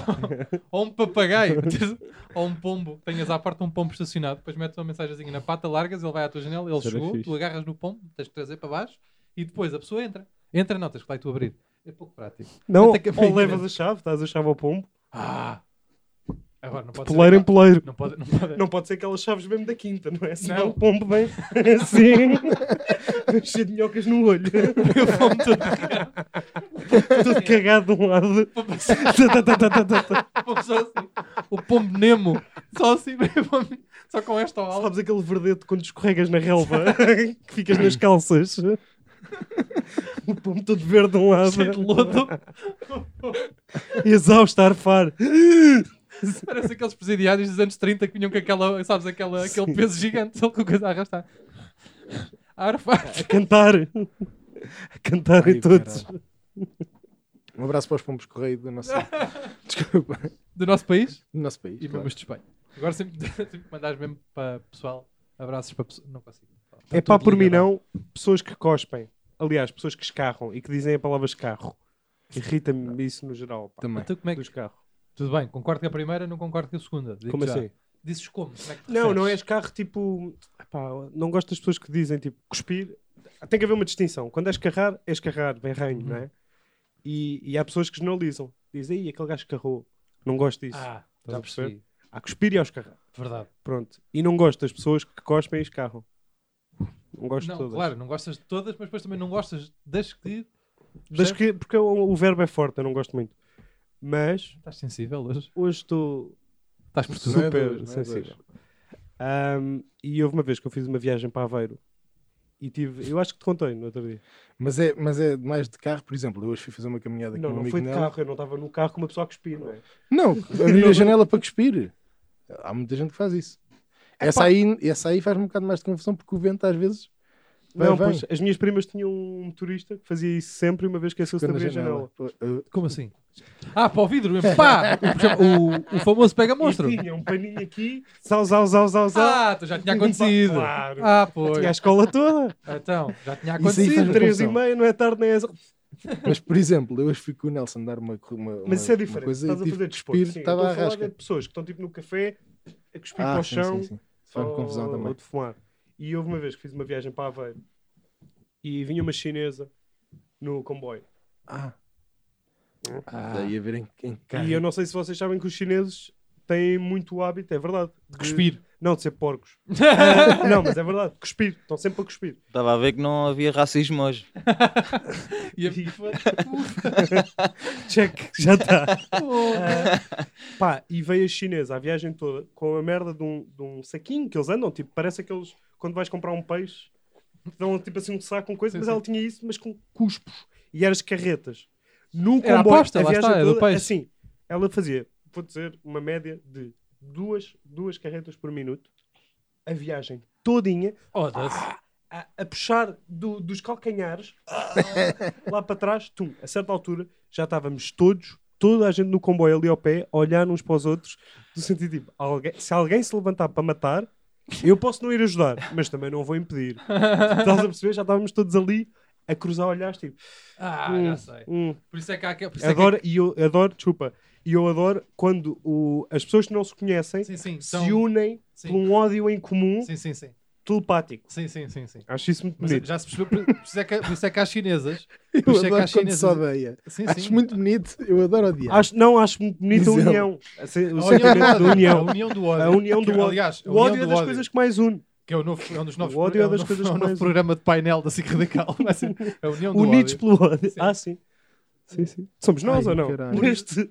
ou um papagaio, ou um pombo. Tenhas à porta um pombo estacionado, depois metes uma mensagenzinha na pata, largas, ele vai à tua janela, ele
Isso era
chegou,
fixe.
tu agarras no pombo, tens que trazer para baixo e depois a pessoa entra. Entra não, tens que lá e tu abrir. É pouco prático.
Não,
Até que-
ou levas a chave, dás a chave ao pombo,
Ah! Agora não pode
poleiro em
ser.
poleiro.
Não pode, não pode.
Não pode ser aquelas chaves mesmo da quinta, não é? Senão
Não.
o pombo vem assim, cheio de minhocas no olho,
Eu vou-me todo cagar.
todo cagado de um lado. Tá, tá, tá, tá, tá, tá.
Vou só assim. O pombo Nemo. Só assim, vou-me- só com esta aula.
Sabes aquele verdete quando escorregas na relva, que ficas nas calças? O pombo todo verde de um lado,
Cheio de lodo.
né? exausto a arfar.
Parece aqueles presidiários dos anos 30 que vinham com aquela, sabes, aquela, aquele peso gigante, ele com a coisa a arrastar. A arfar.
a cantar. A cantar
Ai,
em todos.
caralho. Um abraço para os pombos correio do nosso, Desculpa,
do nosso país
do nosso país.
e
claro.
vamos de Espanha. Agora sempre, sempre que mandares mesmo para pessoal, abraços para pessoal. Não consigo. Tá
É pá, por mim não, pessoas que cospem. Aliás, pessoas que escarram e que dizem a palavra escarro. Irrita-me isso no geral, pá.
Também.
Então, como é que-
Do escarro.
Tudo bem, concordo com a primeira, não concordo com a segunda. Digo
Como
já.
assim?
Dizes como? Como é que te
Não, não é
referes?
escarro tipo. Epá, não gosto das pessoas que dizem tipo cuspir. Tem que haver uma distinção. Quando é escarrar, é escarrar, bem ranho,
Uhum.
não é? E, e há pessoas que generalizam. Dizem, aí aquele gajo escarrou. Não gosto disso.
Ah,
Estás
já
a perceber?
percebi.
Há cuspir e há escarrar.
Verdade.
Pronto. E não gosto das pessoas que cospem e escarram. Não gosto
Não,
de todas.
claro, não gostas de todas, mas depois também não gostas das que.
Mas
Percebes?
que- porque o, o verbo é forte, eu não gosto muito. Mas
Estás sensível hoje?
hoje estou
Estás por tudo.
Não é
super
dois, não é
sensível. Ahm, e houve uma vez que eu fiz uma viagem para Aveiro e tive. Eu acho que te contei no outro dia.
Mas, é, mas é mais de carro, por exemplo. Eu hoje fui fazer uma caminhada aqui
Não,
com um
não
amigo
foi de
nela.
carro, eu não estava no carro com uma pessoa a cuspir, não é?
Não, abrir a janela para cuspir. Há muita gente que faz isso. Essa aí, essa aí faz um bocado mais de confusão porque o vento às vezes Vai,
não,
vai.
pois as minhas primas tinham um motorista que fazia isso sempre e uma vez esqueceu-se de
quando a
abrir a janela.
janela. Uh,
Como assim? Ah, para o vidro mesmo. Pá! O, o famoso pega-monstro.
E tinha um paninho aqui, zau, zau, zau, zau, zau.
Ah, então já tinha acontecido.
Claro.
Ah,
Tinha a
pois.
escola toda,
Então, já tinha
Isso aí
acontecido.
faz-
três e
confusão.
meia, não é tarde nem é...
Mas, por exemplo, eu hoje fui com o Nelson dar uma, co- uma, uma-
Mas isso é
uma
diferente,
coisa
estás
e
a
tive
fazer
que
desporto.
cuspir,
Sim,
estava
estou
à
a falar
rasca.
de pessoas que estão tipo no café, a cuspir para
Ah,
o
sim,
chão.
sim, sim. Faz
ou-
confusão também.
ou de fumar. E houve uma vez que fiz uma viagem para Aveiro e vinha uma chinesa no comboio.
Ah.
Hum?
Daí a ver em, em que carro.
E eu não sei se vocês sabem que os chineses têm muito hábito, é verdade. De...
Cuspir.
Não, de ser porcos. Ah, não, mas é verdade, cuspir. Estão sempre a cuspir.
Estava a ver que não havia racismo hoje.
E a-
E- Check, já
tá.
está. Pá, e veio a chinesa a viagem toda com a merda de um, de um saquinho que eles andam, tipo, parece aqueles quando vais comprar um peixe, te dão tipo assim um saco com coisa,
Sim,
mas
sim.
ela tinha isso, mas com cuspos e eras carretas. No
Era a
comboio,
aposta,
a
lá
viagem
está, é do
toda,
peixe.
assim, ela fazia, vou dizer, uma média de duas, duas carretas por minuto, a viagem todinha,
Foda-se.
a, a puxar do- dos calcanhares
Ah.
lá para trás, tum, a certa altura já estávamos todos, toda a gente no comboio ali ao pé, a olhar uns para os outros, do sentido tipo, alguém- se alguém se levantar para matar, Eu posso não ir ajudar, mas também não vou impedir. Estás a perceber? Já estávamos todos ali a cruzar olhares, tipo.
Ah,
Hum.
já sei.
hum.
Por isso é que há aquele. por isso é que-
Adoro, e eu adoro, desculpa, e eu adoro quando o, as pessoas que não se conhecem
é- Sim, sim.
se
são-
unem
sim.
por um ódio em comum
Sim, sim, sim.
telepático.
Sim, sim, sim, sim.
Acho isso muito
Mas
bonito.
já se percebeu, por por isso é que, por isso é que há chinesas. Por isso
Eu
é que há
adoro quando
chinesas.
se odeia.
Sim,
Acho
sim.
muito bonito. Eu adoro odiar.
Acho, não, acho muito bonita a
Diz ele.
união. A
A
se- O
união do
sentimento
ódio.
da união.
A união do
A
ódio.
união do
Que,
ódio.
Aliás, a
O ódio é
do
das coisas que mais une.
Que é, o novo, é um dos novos
O ódio é
um
das
novo-
coisas
é um
que
novo
mais-
programa de painel da SIC Radical. Vai ser a união do
Unidos
ódio.
pelo ódio.
Sim.
Ah, sim. Sim, sim. Somos nós
Ai,
ou não?
caralho.
Neste-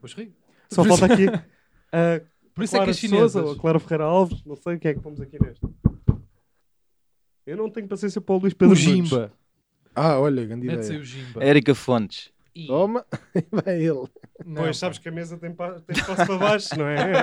Pois ri.
Só
Por isso-
falta aqui a
Por isso é que
Clara
as
Souza
chinesas.
ou a Clara Ferreira Alves. Não sei o que é que fomos aqui neste. Eu não tenho paciência para o Luís Pedro
O
Nunes.
Jimba.
Ah, olha, grande
Mete-se aí
ideia.
o Jimba.
Érica Fontes.
Toma, vai ele.
Não,
É, Pois, sabes que a mesa tem, pa tem espaço para baixo, não é?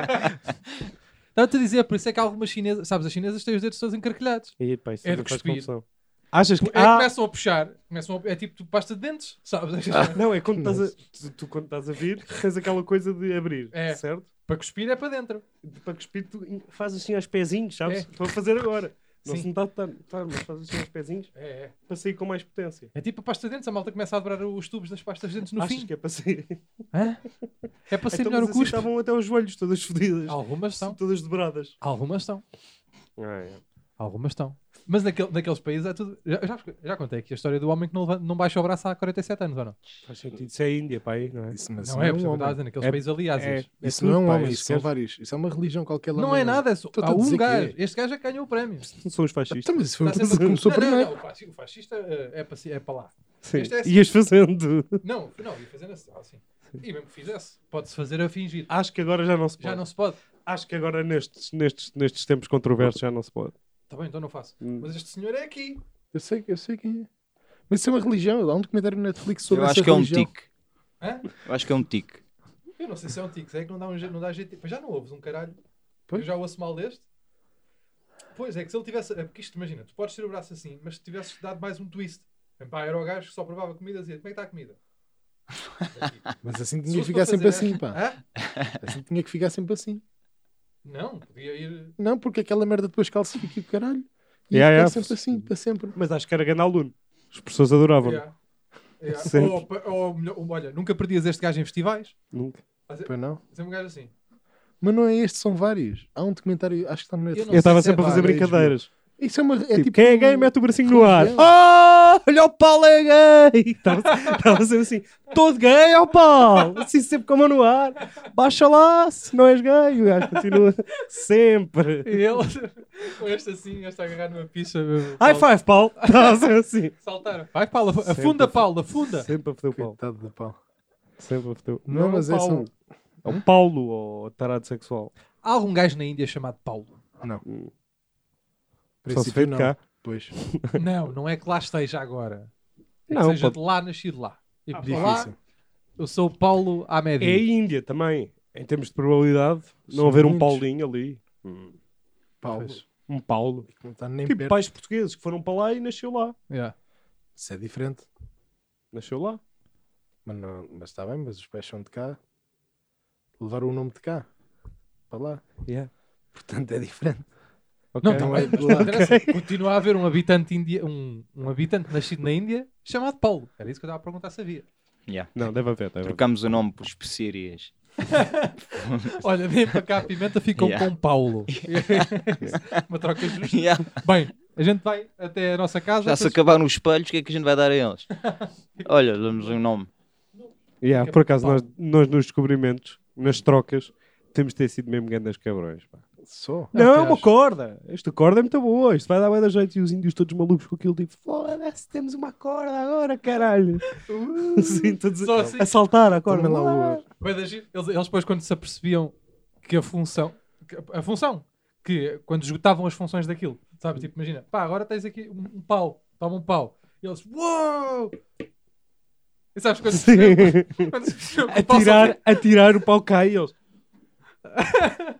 Estava-te a dizer, por isso é que algumas chinesas, sabes, as chinesas têm os dedos todos encarquilhados.
E, pá, isso
É de
não faz
cuspir.
confusão. Achas que...
É,
Ah,
Começam a puxar, começam a- é tipo pasta de dentes, sabes?
Não, é quando estás a... Tu, tu quando estás a vir, tens aquela coisa de abrir,
É.
certo?
Para cuspir é para dentro.
De- Para Tipo, cuspir, tu in- faz assim aos pezinhos, sabes?
É.
Estou a fazer agora. Não
Sim.
se me está a notar, notar, mas faz assim aos pezinhos
É, é.
para sair com mais potência.
É tipo a pasta de dentes, a malta começa a dobrar os tubos das pastas de dentes no
Achas
fim.
que é para sair?
Hã? É para ser melhor
Então, mas
o
assim
cuspe.
estavam até aos joelhos, todas fodidas.
Algumas são,
Todas dobradas.
algumas são, algumas estão. Mas naquele, naqueles países é tudo. Já, já, já contei aqui a história do homem que não, levanta- não baixa o braço há 47 anos, ou não?
Faz sentido. Isso é Índia, pá, aí, não é?
Isso, mas
Não é, por
um
exemplo, estava a
homem.
dizer, naqueles
É-
países ali, às vezes.
Isso
tudo,
não é um
pá,
homem,
esses
isso são
gajos.
vários. Isso é uma religião qualquer lá.
Não
na-
é nada, é só,
Então,
Estou-te a
há um
dizer que é.
gajo. Este gajo é que ganhou o prémio.
Não são os fascistas.
Então, mas isso foi
Está
o que
sempre-
começou
Não, não,
primeiro.
não, o fasci- o fascista eh, é para si- é para lá.
Sim.
Este é assim.
Ias fazendo.
Não, não, ia fazendo assim. assim. E mesmo que fizesse, pode-se fazer a fingir.
Acho que agora já não se Ah, pode.
Já não se pode.
Acho que agora nestes, nestes, nestes tempos controversos já não se pode.
Está bem, então não faço.
Hum.
Mas este senhor é aqui.
Eu sei, eu sei quem é. Mas isso é uma religião. Há um documentário na Netflix sobre
Eu
essa
acho que é um
religião.
tique.
Hã?
Eu acho que é um tique.
Eu não sei se é um tico, é que não dá, um, je- não dá jeito. Pois já não ouves um caralho.
Pois.
Eu já ouço mal deste. Pois é que se ele tivesse. é Porque isto, imagina, tu podes ter o braço assim, mas se tivesses dado mais um twist. Pá, era o gajo que só provava comida e dizia: Como é que está a comida? Aqui.
Mas assim
Se
tinha
fosse
que ficar
para
sempre
fazer-
assim, pá.
Hã?
Assim tinha que ficar sempre assim.
Não, podia ir.
Não, porque aquela merda depois calcifica o caralho. E
Yeah,
yeah,
yeah.
sempre assim, para sempre.
Mas acho que era grande aluno. As pessoas adoravam.
Yeah. Yeah.
Sempre.
Ou, pa- ou melhor, olha, nunca perdias este gajo em festivais.
Nunca.
Pois não.
Sempre um gajo assim.
Mas não é este, são vários. Há um documentário, acho que está na
Eu
Netflix.
não
Eu estava
sei se é
sempre a fazer
vaga,
HBO.
brincadeiras.
Isso é uma. É
tipo,
tipo,
quem é gay mete o bracinho no ar.
Religião.
Ah, olha o Paulo é gay. Estava estava sempre assim, todo gay, ó Paulo. Assim sempre com a mão no ar. Baixa lá, se não és gay. O gajo continua sempre.
E ele, com este assim, este a agarrar numa picha. meu,
High
Paulo,
five, Paulo. Estava sempre assim.
Saltaram. Vai, Paulo, af-
Sempre
afunda,
foi-
Paulo, afunda.
Sempre a foder o Paulo.
Coitado do pau.
Sempre a foder o
Não, mas
é
é
o Paulo. É o Paulo, ou tarado sexual.
Há algum gajo na Índia chamado Paulo?
Não.
Hum.
Princípio,
Só se vê de
não.
cá.
Pois.
Não, não é que lá esteja agora. É que
Não,
seja
pode-
de lá, nascido lá. E por
Difícil.
Ah, lá, eu sou o Paulo à
É a
média.
Índia também. Em termos de probabilidade, não
São
haver um
muitos.
Paulinho ali.
Paulo.
Pois.
Um Paulo.
Não está nem
Tipo,
perto.
pais portugueses que foram para lá e nasceu lá.
Yeah.
Isso é diferente.
Nasceu lá.
Mas, não, mas está bem, mas os pés são de cá. Levaram o nome de cá. Para lá. Portanto, é diferente.
Ok.
Não, tá também, mas não interessa. um Continua a haver um habitante, india, um, um habitante nascido na Índia chamado Paulo. Era isso que eu estava a perguntar se havia.
Yeah.
Não, deve haver. Deve haver.
Trocamos o nome por especiarias.
Olha, vem para cá, a pimenta ficam
Yeah.
com Paulo. Uma troca justa.
Yeah.
Bem, a gente vai até a nossa casa.
Já se
depois-
acabaram os espelhos, o que é que a gente vai dar a eles? Olha, damos um nome.
Yeah,
Fica
por acaso,
Paulo.
nós, nós nos descobrimentos, nas trocas, temos de ter sido mesmo grandes cabrões. pá.
Só.
Não, é uma
acho.
corda. Esta corda é muito boa. Isto vai dar bem da jeito. E os índios todos malucos com aquilo. Tipo, foda-se, temos uma corda agora, caralho. Sim, todos
Uh, Só assim.
a saltar a corda.
Tomem lá o
Uau.
ouro.
Bué da giro. Eles, eles depois, quando se apercebiam que a função, que a- a função, que quando esgotavam as funções daquilo, sabe? Tipo, imagina, pá, agora tens aqui um, um pau, toma um pau. E eles, uou! E sabes quando se percebeu-
Sim.
quando se percebeu que o pau só
atirar, atirar o pau cai e eles.
fica-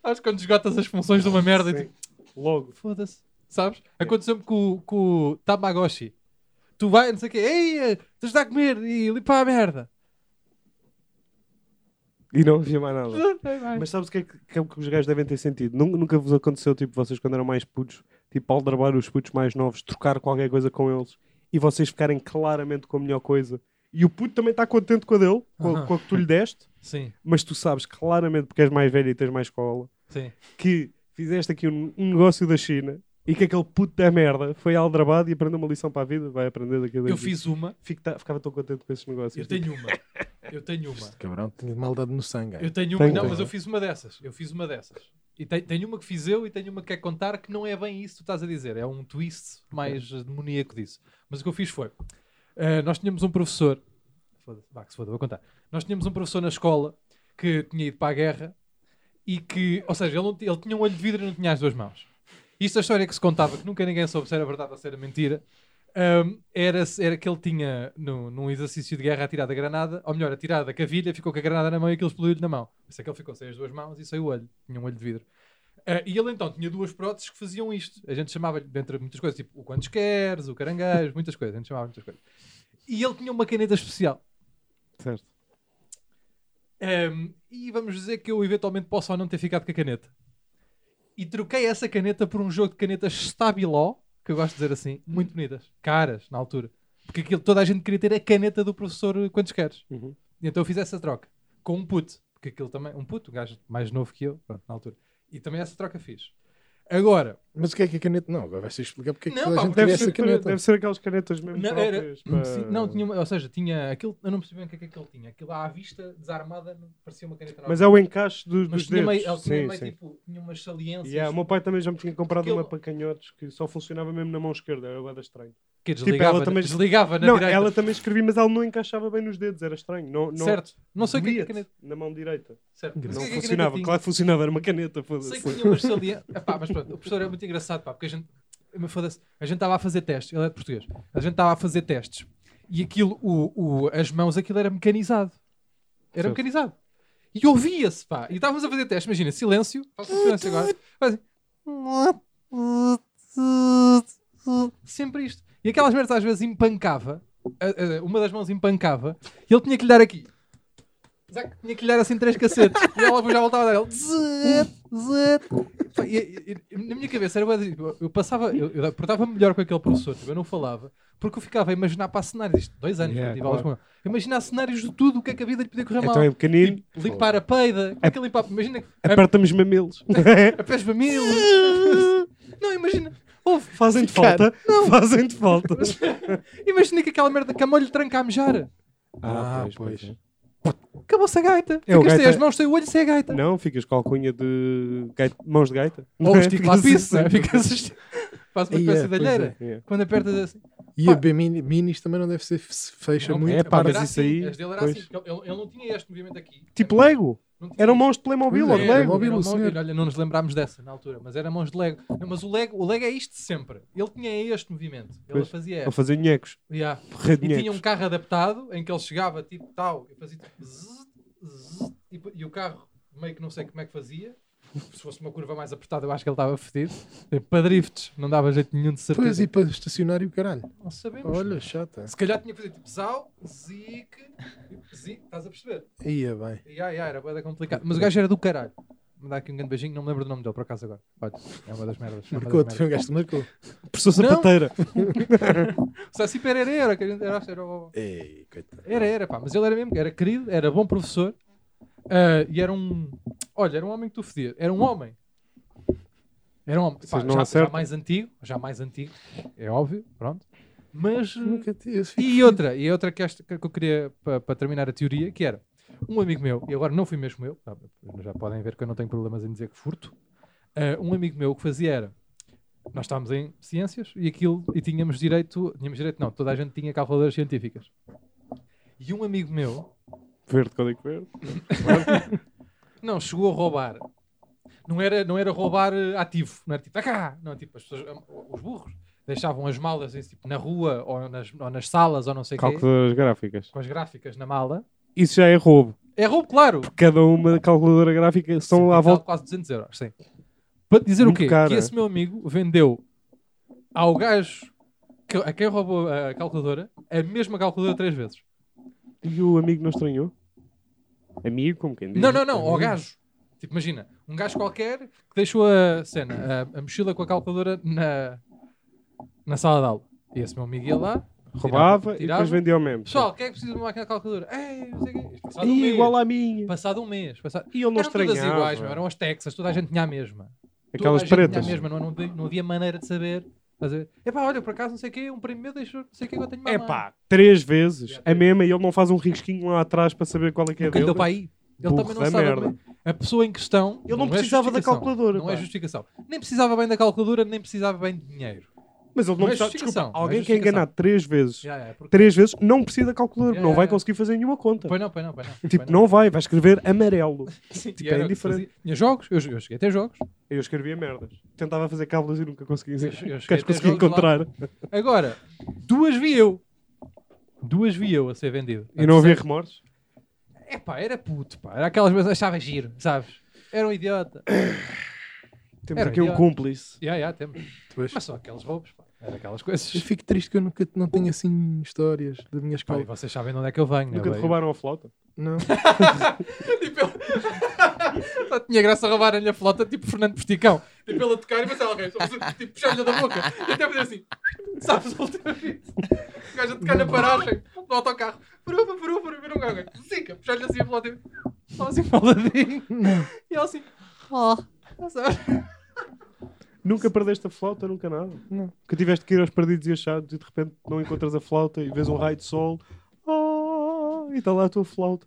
Sabes quando esgotas as funções de uma merda e
Sim.
tipo,
Logo.
foda-se, sabes? Aconteceu-me com, o- com o Tamagotchi. Tu vai, não sei o quê, ei, eh, tens de dar a comer e limpar a merda.
E não havia mais nada.
Não tem mais.
Mas sabes o que é que, que é o que os gajos devem ter sentido? Nun- Nunca vos aconteceu, tipo, vocês quando eram mais putos, tipo, aldrabar os putos mais novos, trocar qualquer coisa com eles e vocês ficarem claramente com a melhor coisa. E o puto também está contente com a dele, com, a-
Aham.
com a que tu lhe deste,
Sim,
mas tu sabes claramente, porque és mais velho e tens mais escola,
sim.
que fizeste aqui um, um negócio da China e que aquele puto da merda foi aldrabado e aprendeu uma lição para a vida, vai aprender daqui a dois
Eu
dias.
fiz uma,
Fico- tá- ficava tão contente com esses negócios. tipo,
eu tenho uma. Eu tenho uma.
Cabrão, tinha maldade no sangue. é.
Eu
gajo.
tenho uma,
Tenho,
não,
tenho.
mas eu fiz uma dessas. Eu fiz uma dessas. E te- tenho uma que fiz eu e tenho uma que é contar que não é bem isso que tu estás a dizer. É um twist mais eh, demoníaco disso. Mas o que eu fiz foi: eh, nós tínhamos um professor. Foda-se, vá que se foda, vou contar. Nós tínhamos um professor na escola que tinha ido para a guerra e que, ou seja, ele, não ti- ele tinha um olho de vidro e não tinha as duas mãos. Isto é a história que se contava, que nunca ninguém soube se era verdade ou se era mentira, hum, era, era que ele tinha, no, num exercício de guerra, atirado a granada, ou melhor, atirado a cavilha, ficou com a granada na mão e aquilo explodiu-lhe na mão. Por isso é que ele ficou sem as duas mãos e sem o olho. Tinha um olho de vidro. Ah, e ele então tinha duas próteses que faziam isto. A gente chamava-lhe, dentre muitas coisas, tipo o Quantos Queres, o Caranguejo, muitas coisas. A gente chamava muitas coisas. E ele tinha uma caneta especial.
Certo.
Ahm, e vamos dizer que eu eventualmente posso ou não ter ficado com a caneta. E troquei essa caneta por um jogo de canetas Stabiló, que eu gosto de dizer assim, muito bonitas, caras na altura. Porque aquilo, toda a gente queria ter a caneta do professor quantos queres.
Uhum.
E então eu fiz essa troca com um puto, porque aquilo também, um puto, um gajo mais novo que eu, pronto, na altura. E também essa troca fiz. Agora,
Mas o que é que a caneta. Não, agora vais ter que explicar porque é que
Não,
toda
pá,
a gente
deve
tem essa
Deve ser,
caneta.
deve ser aquelas canetas mesmo
Não, era- um
próprias. para-
sim, não tinha, uma- ou seja, tinha aquilo, eu não percebi bem o que é que aquilo tinha. Aquilo à vista, desarmada, não- parecia uma caneta
Mas
normal.
é o encaixe do- dos
um Mas
dedos.
tinha meio, ele tinha
sim,
meio,
sim.
tipo, tinha umas saliências.
Yeah, o meu pai também já me tinha comprado
Aquilo-
uma para canhotes que só funcionava mesmo na mão esquerda, era bada estranho.
Que
Tipo, ela
desligava,
também-
desligava na
não,
direita.
ela também escrevia, mas ela não encaixava bem nos dedos, era estranho. Não, não,
Certo. Não sei o que é que a
doía-te
caneta.
Na mão direita.
Certo. Mas o que é que a
Não
caneta
funcionava,
tinha?
claro que funcionava, era uma caneta,
Sei
foda-se.
que tinha umas saliências. Epá, mas pronto, o professor é muito engraçado, pá, porque a gente. me foda-se. A gente estava a fazer testes, ele é de português. A gente estava a fazer testes e aquilo, o, o- as mãos, aquilo era mecanizado. Era
Certo.
mecanizado. E ouvia-se, pá. E estávamos a fazer testes, imagina, silêncio. Faça silêncio agora. Faz assim. Sempre isto. E aquelas merdas às vezes empancava, a- a- uma das mãos empancava e ele tinha que lhe dar aqui. Zac, Tinha que lhe dar assim três cacetes. e ela depois já voltava a dar ele. Zet, zet. Pá, e- e- e na minha cabeça era bué de- eu, eu passava, eu, eu portava-me melhor com aquele professor, tipo, eu não falava, porque eu ficava a imaginar para cenários, isto, dois anos,
Yeah,
eu tive aulas com ele. imaginar cenários de tudo, o que é que a vida lhe podia correr mal.
Então é pequenino,
Tipo, limpar a peida, o que é que é limpar? Imagina a,
aperta-me os mamilos.
a pés mamilo. não, imagina. Ouve,
Fazem-te falta, fazem-te falta.
imagina que aquela merda que a mão lhe tranca a mejar.
Ah, pois.
Acabou-se a gaita.
É, o
Ficas sem
gaita-
as mãos, sem o olho, sem a gaita.
é. Não, ficas com a alcunha de gaita- mãos de gaita.
Ou o estico
Ficas
Oh, lápis,
assim.
né? Ficas esti- Faz uma
Aí é,
espécie de
pois
alheira.
Yeah.
Quando apertas assim.
E a B mini- minis também não deve ser. Se fecha
Não,
muito.
é, pá,
Era
mas isso
assim,
aí,
As dele era
pois.
assim. porque Ele, ele não tinha este movimento aqui.
Tipo
Era-
Lego.
não tinha.
Eram mãos de Playmobil
Pois
ou
é,
de
Era um
Lego.
mão-
Lego,
era
o
mão-
senhor.
Olha, não nos lembrámos dessa na altura, mas eram mãos de Lego. Não, mas o Lego, o Lego é isto de sempre. Ele tinha este movimento. Ele
Pois.
fazia
Ou
este.
fazer nhecos.
Yeah.
Rede
E tinha
nhecos.
um carro adaptado em que ele chegava tipo tal, eu fazia tipo zzz, zzz, e, p- e o carro meio que não sei como é que fazia. Se fosse uma curva mais apertada, eu acho que ele estava fedido. Para drifts, não dava jeito nenhum de certeza.
Pois, e para estacionar e o caralho.
Não sabemos.
Olha, chata.
Se calhar tinha que fazer tipo sal, zique, zique, estás a perceber?
Ia bem.
E ai, ai, era boeda complicado. Mas o gajo era do caralho. Me dá aqui um grande beijinho, não me lembro do nome dele, por acaso agora. Olha, é uma das merdas. é uma das
Marcou, foi
merdas.
um gajo que marcou.
Professor
Não.
Sapateira.
Saci é assim, Pereira era, que a gente era, era, o-
Ei, coitado.
era, era, pá, mas ele era mesmo, era querido, era bom professor ah, e era um. Olha, era um homem que tu fedias, era um homem. Era um homem,
Vocês
pá,
não
já, já
acertam.
mais antigo, já mais antigo, é óbvio, pronto. Mas
Nunca tive. eu fico-
E outra, e outra que, esta, que eu queria para terminar a teoria, que era um amigo meu, e agora não fui mesmo eu, tá, já podem ver que eu não tenho problemas em dizer que furto. eh, um amigo meu o que fazia era nós estávamos em ciências e aquilo e tínhamos direito, tínhamos direito, não, toda a gente tinha calculadoras científicas. E um amigo meu,
Verde, código verde.
não, chegou a roubar. Não era, não era roubar eh, ativo, não era tipo, "Ah, cá! Não, tipo, as pessoas, os burros deixavam as malas assim, tipo, na rua ou nas, ou nas salas ou não sei o quê,
Calculadoras gráficas.
com as gráficas na mala.
Isso já é roubo.
É roubo, claro.
Cada uma calculadora gráfica são
Sim, então-
à
tem
volta.
quase 200 euros, sim. Para dizer
Muito
o quê?
cara.
Que esse meu amigo vendeu ao gajo que, a quem roubou a calculadora a mesma calculadora três vezes.
E o amigo não estranhou? Amigo, como quem diz.
Não, não, não, ao gajo. Tipo, imagina, um gajo qualquer que deixou a cena, a, a mochila com a calculadora na, na sala de aula. E esse meu amigo ia lá,
Roubava e
tirava.
depois vendia ao mesmo.
pessoal, quem é que precisa de uma máquina de calculadora? Ei, não sei o quê. Isto Passado um
Ih,
mês.
igual à minha.
Passado um mês. Passado...
E eu não
eram todas
estranhava.
iguais, meu, eram as Texas, toda a gente tinha a mesma.
Aquelas
toda a gente
pretas.
Tinha a mesma, não, não, não havia maneira de saber. Estás a ver? Epá, olha, por acaso, não sei o quê, um primo meu deixou, não sei o quê, agora tenho uma
É pá, três vezes
Já
a mesma e ele não faz um risquinho lá atrás para saber qual é que é
Nunca lhe
dele.
deu para aí. Ele
Burro
também
da
não sabe.
merda.
bem. A pessoa em questão.
Ele não
é
precisava da
justificação.
calculadora,
Não
pá.
é justificação. Nem precisava bem da calculadora, nem precisava bem de dinheiro.
Mas ele não
Não é
precisa.
justificação,
Desculpa,
não é
alguém que é
justificação.
enganado três vezes,
Já é, porque...
três vezes, não precisa de calculador,
Já,
não
já,
vai
já.
conseguir fazer nenhuma conta.
Pois não, pois não, pois não.
Tipo, não vai, vai escrever amarelo. tipo, é indiferente.
Tinha jogos, eu, eu cheguei a ter jogos.
Eu escrevia merdas. Tentava fazer cábulas e nunca conseguia,
Eu- eu cheguei a
nunca
ter
conseguia
jogos lá.
encontrar.
Agora, duas vi eu. Duas vi eu a ser vendido.
E não havia remorsos.
É pá, era puto, pá. Era aquelas vezes que achava giro, sabes? Era um idiota.
Temos
Era
aqui um
idiota.
cúmplice.
Já, já, temos.
Pois.
Mas só aqueles roubos, pá. Era aquelas
Eu
coisas.
fico triste que eu nunca não tenho assim histórias da minha
Pá,
escola.
e vocês sabem de onde é que eu venho,
Nunca
né,
te
bem?
roubaram a flauta.
Não.
Tipo, eu- Só tinha graça roubar a minha flauta, tipo Fernando Posticão. Tipo, ele a tocar e Marcelo Reis. só fazer, Tipo, puxar-lhe da boca. E até fazer assim. Sabes, a última vez. O gajo a tocar na paragem do autocarro. Peruba, peruba, peruba. Um gajo. Zica. Puxar-lhe assim a flauta. e- Só assim, faladinho. E ele assim. Oh. Sabe?
Nunca perdeste a flauta, nunca nada.
Não.
Que tiveste que ir aos perdidos e achados e de repente não encontras a flauta e vês um raio de sol. Ah, e está lá a tua flauta.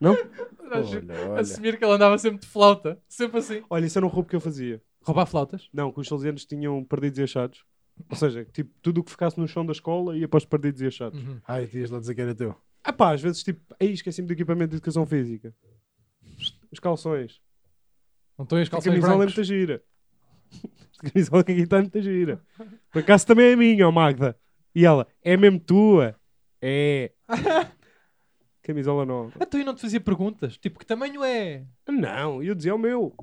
Não?
Olha, olha.
Assumir que ele andava sempre de flauta. Sempre assim.
Olha, isso era um roubo que eu fazia.
Roubar flautas?
Não, que os salesianos tinham perdidos e achados. Ou seja, tipo, tudo o que ficasse no chão da escola ia para os perdidos e achados.
Hum. Uhum.
Ai, tu ias lá dizer que era teu.
Ah pá, às vezes tipo, aí esqueci-me do equipamento de educação física. Os calções.
Não estou em
A
calções
camisola é
brancos.
muita gira. A camisola que aqui está é muita gira. Por acaso também é minha, ó Magda. E ela, é mesmo tua? É. camisola nova.
Então eu não te fazia perguntas. Tipo, que tamanho é?
Não, eu dizia o meu.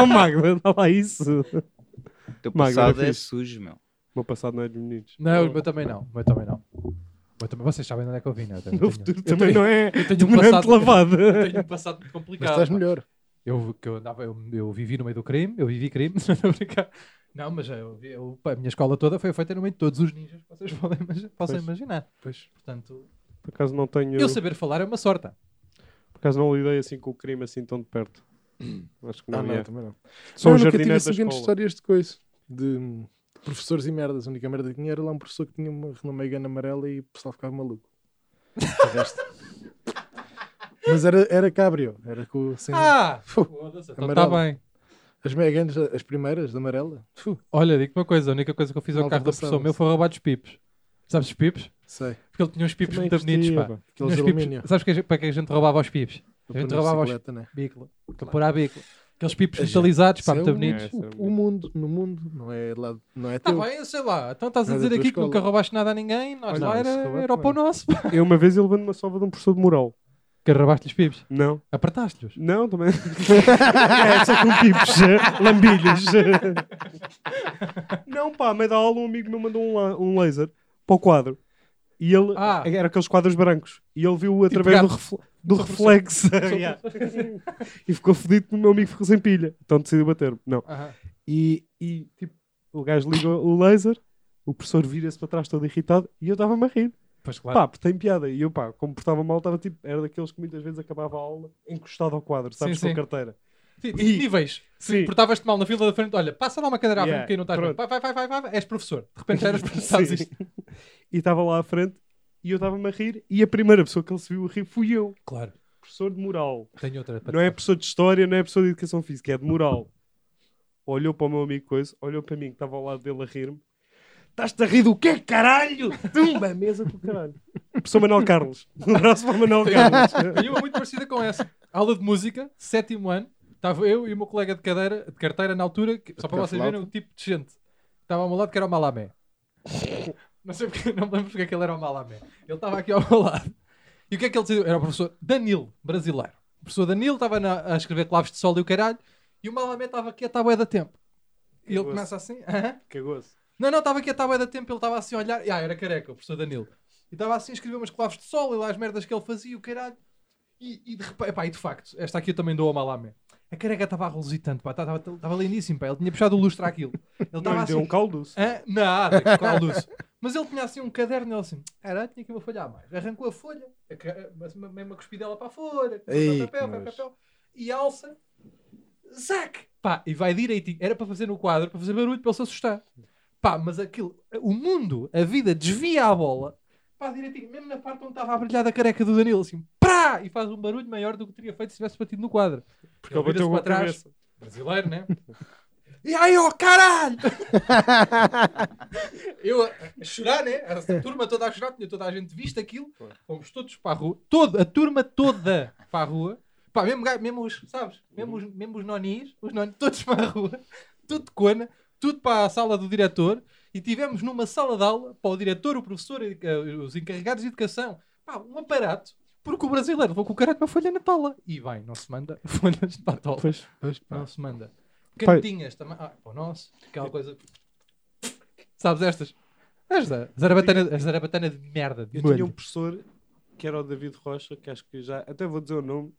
ó Magda, dá lá isso. O
O teu
Magro, era
passado é
fixe.
sujo, meu.
meu passado não é dos meninos.
Não, o meu também não. O meu também não. O meu também- Vocês sabem de onde é que eu vim, né? Eu também
No
tenho-
futuro também não é.
eu tenho um
Dominante
passado-
lavado.
tenho um passado muito complicado.
Mas estás
pá.
melhor.
Eu, que eu, andava, eu, eu vivi no meio do crime, eu vivi crime, não estou a brincar. Não, mas eu, eu- pá, a minha escola toda foi feita no meio de todos os ninjas que vocês podem, imagi- possam
Pois.
imaginar.
Pois.
Portanto,
Por acaso não tenho.
eu... saber falar é uma sorte.
Por acaso não lidei assim com o crime assim tão de perto. Acho que não,
Ah, não,
é.
também não.
Sou
não,
um
eu nunca tive
jardinete da
assim grandes
escola.
histórias de coisa. De hum, professores e merdas. A única merda que tinha era lá um professor que tinha uma Renault Megane amarela e o pessoal ficava maluco. O resto- Mas era, era cabrio. Era com assim,
Ah!
Fu.
Foda-se, então está
Amarelo.
bem.
as Meganes, as primeiras, de amarela. Fu,
Olha, digo-te uma coisa, a única coisa que eu fiz ao
Malta
carro da pessoa
passava-se.
meu foi roubar dos pipos. Sabes os pipos?
sei.
Porque ele tinha uns pipos
Também
muito bonitos,
vestia,
pá.
pá.
Tinha uns
Aqueles de
pipos-
alumínio.
Sabes que a gente- para que a gente roubava os pipos? A
para
gente
pôr na
roubava os
bicicleta, né?
bicla, para pôr à bicla. Aqueles pipos
É, já.
metalizados, pá,
Isso é
Tipo, muito
um-
bonitos.
Essa é
O, o mundo, no mundo, não é, lá, não é
Tá
teu.
bem, eu sei lá. Então estás a
Era
dizer
da tua
aqui que nunca
escola.
roubaste nada a ninguém, nós
Olha,
lá era,
isso
é
roubava
era o pão
também.
nosso.
Eu uma vez ele levando uma sova de um professor de moral.
Que roubaste os pibes?
Não,
Apertaste-los?
não, também. é, só com pipos, eh, lambilhos. não, pá, meio da aula um amigo meu mandou um, la- um laser para o quadro. E ele.
Ah.
Era aqueles quadros brancos. E ele viu através do,
gato.
refle- do reflexo. Yeah. e ficou fodido que o meu amigo ficou sem pilha. Então decidiu bater-me. Não. E, e, tipo, o gajo liga o laser, o professor vira-se para trás todo irritado e eu estava-me a rir.
Pois claro.
Pá, porque tem piada. E eu, pá, como portava mal, estava tipo, era daqueles que muitas vezes acabava a aula encostado ao quadro, sabes,
Sim,
com
sim.
carteira.
Sim,
e-
Níveis.
Sim.
Portavas-te mal na fila da frente. Olha, passa lá uma cadeira à frente
Yeah,
que aí não estás bem.
pronto.
Vai, vai, vai, vai, vai. És professor. De repente já eras professor. Sabes
Sim.
isto?
E estava lá à frente e eu estava-me a rir e a primeira pessoa que ele se viu a rir fui eu,
Claro.
professor de moral.
Tenho outra. para
Não é
te
professor de história, não é professor de educação física, é de moral. Olhou para o meu amigo coisa, olhou para mim que estava ao lado dele a rir-me. Estás-te a rir do quê, caralho? Tumba a mesa do caralho. Professor Manuel Carlos. Um abraço para o Manuel
contar.
Carlos.
Tenho uma muito parecida com essa. Aula de música, sétimo ano. Estava eu e o meu colega de cadeira, de carteira na altura, que- só para
tocar
vocês
flauta.
verem o tipo de gente. Estava ao meu lado que era o Malamé. Não sei porque, não me lembro porque é que ele era o Malamé. Ele estava aqui ao meu lado. E o que é que ele decidiu? Era o professor Danilo, brasileiro. O professor Danilo estava na- a escrever claves de sol e o caralho, e o Malamé estava aqui a tabué da tempo. E ele
Boa.
começa assim, aham.
Cagou-se.
Não, não, estava aqui a tábua da tempo, ele estava assim a olhar. Ah, era careca, o professor Danilo. E estava assim a escrever umas claves de sol e lá as merdas que ele fazia, o caralho. E, e de, repa- epá, e de facto, esta aqui eu também dou a malamé. A careca estava reluzitante, pá, estava lindíssimo, pá. Ele tinha puxado o lustre àquilo. Ele
Não,
estava
lhe
assim.
deu um caldo.
Hã? Nada, que calduço. Mas ele tinha assim um caderno, ele assim, era, tinha aqui uma folha a mais. Arrancou a folha, a ca- mas uma- mesmo a cuspidela para a folha,
Ei,
papel,
que
papel,
nojo.
papel, e alça, zac! Pá, e vai direitinho. Era para fazer no quadro, para fazer barulho, para ele se assustar. Pá, mas aquilo, o mundo, a vida desvia a bola, pá, direitinho, mesmo na parte onde estava a brilhar da careca do Danilo, assim, prá! E faz um barulho maior do que teria feito se tivesse batido no quadro.
Porque ele bateu
vira-se
com a cabeça.
Brasileiro, né? E aí, ó, caralho! eu a, a chorar, né? A, turma toda a chorar, tinha toda a gente visto aquilo. Fomos todos para a rua. Toda, a turma toda para a rua. Pá, mesmo, ga- mesmo os, sabes? Mesmo os, mesmo os nonis, os nonis, todos para a rua. Tudo de cona, tudo para a sala do diretor. E tivemos numa sala de aula, para o diretor, o professor, e, eh, os encarregados de educação, pá, um aparato. Porque o brasileiro levou com o caralho uma folha na tola. E bem, não se manda folhas para a tola.
Pois, pois, pá.
Não se manda.
Pai-
Cantinhas também. Ah, pô, nossa. Aquela coisa. Sabes estas? Esta. Zarabatana, a zarabatana de merda. De
Eu
molho.
tinha um professor que era o David Rocha, que acho que já, até vou dizer o nome,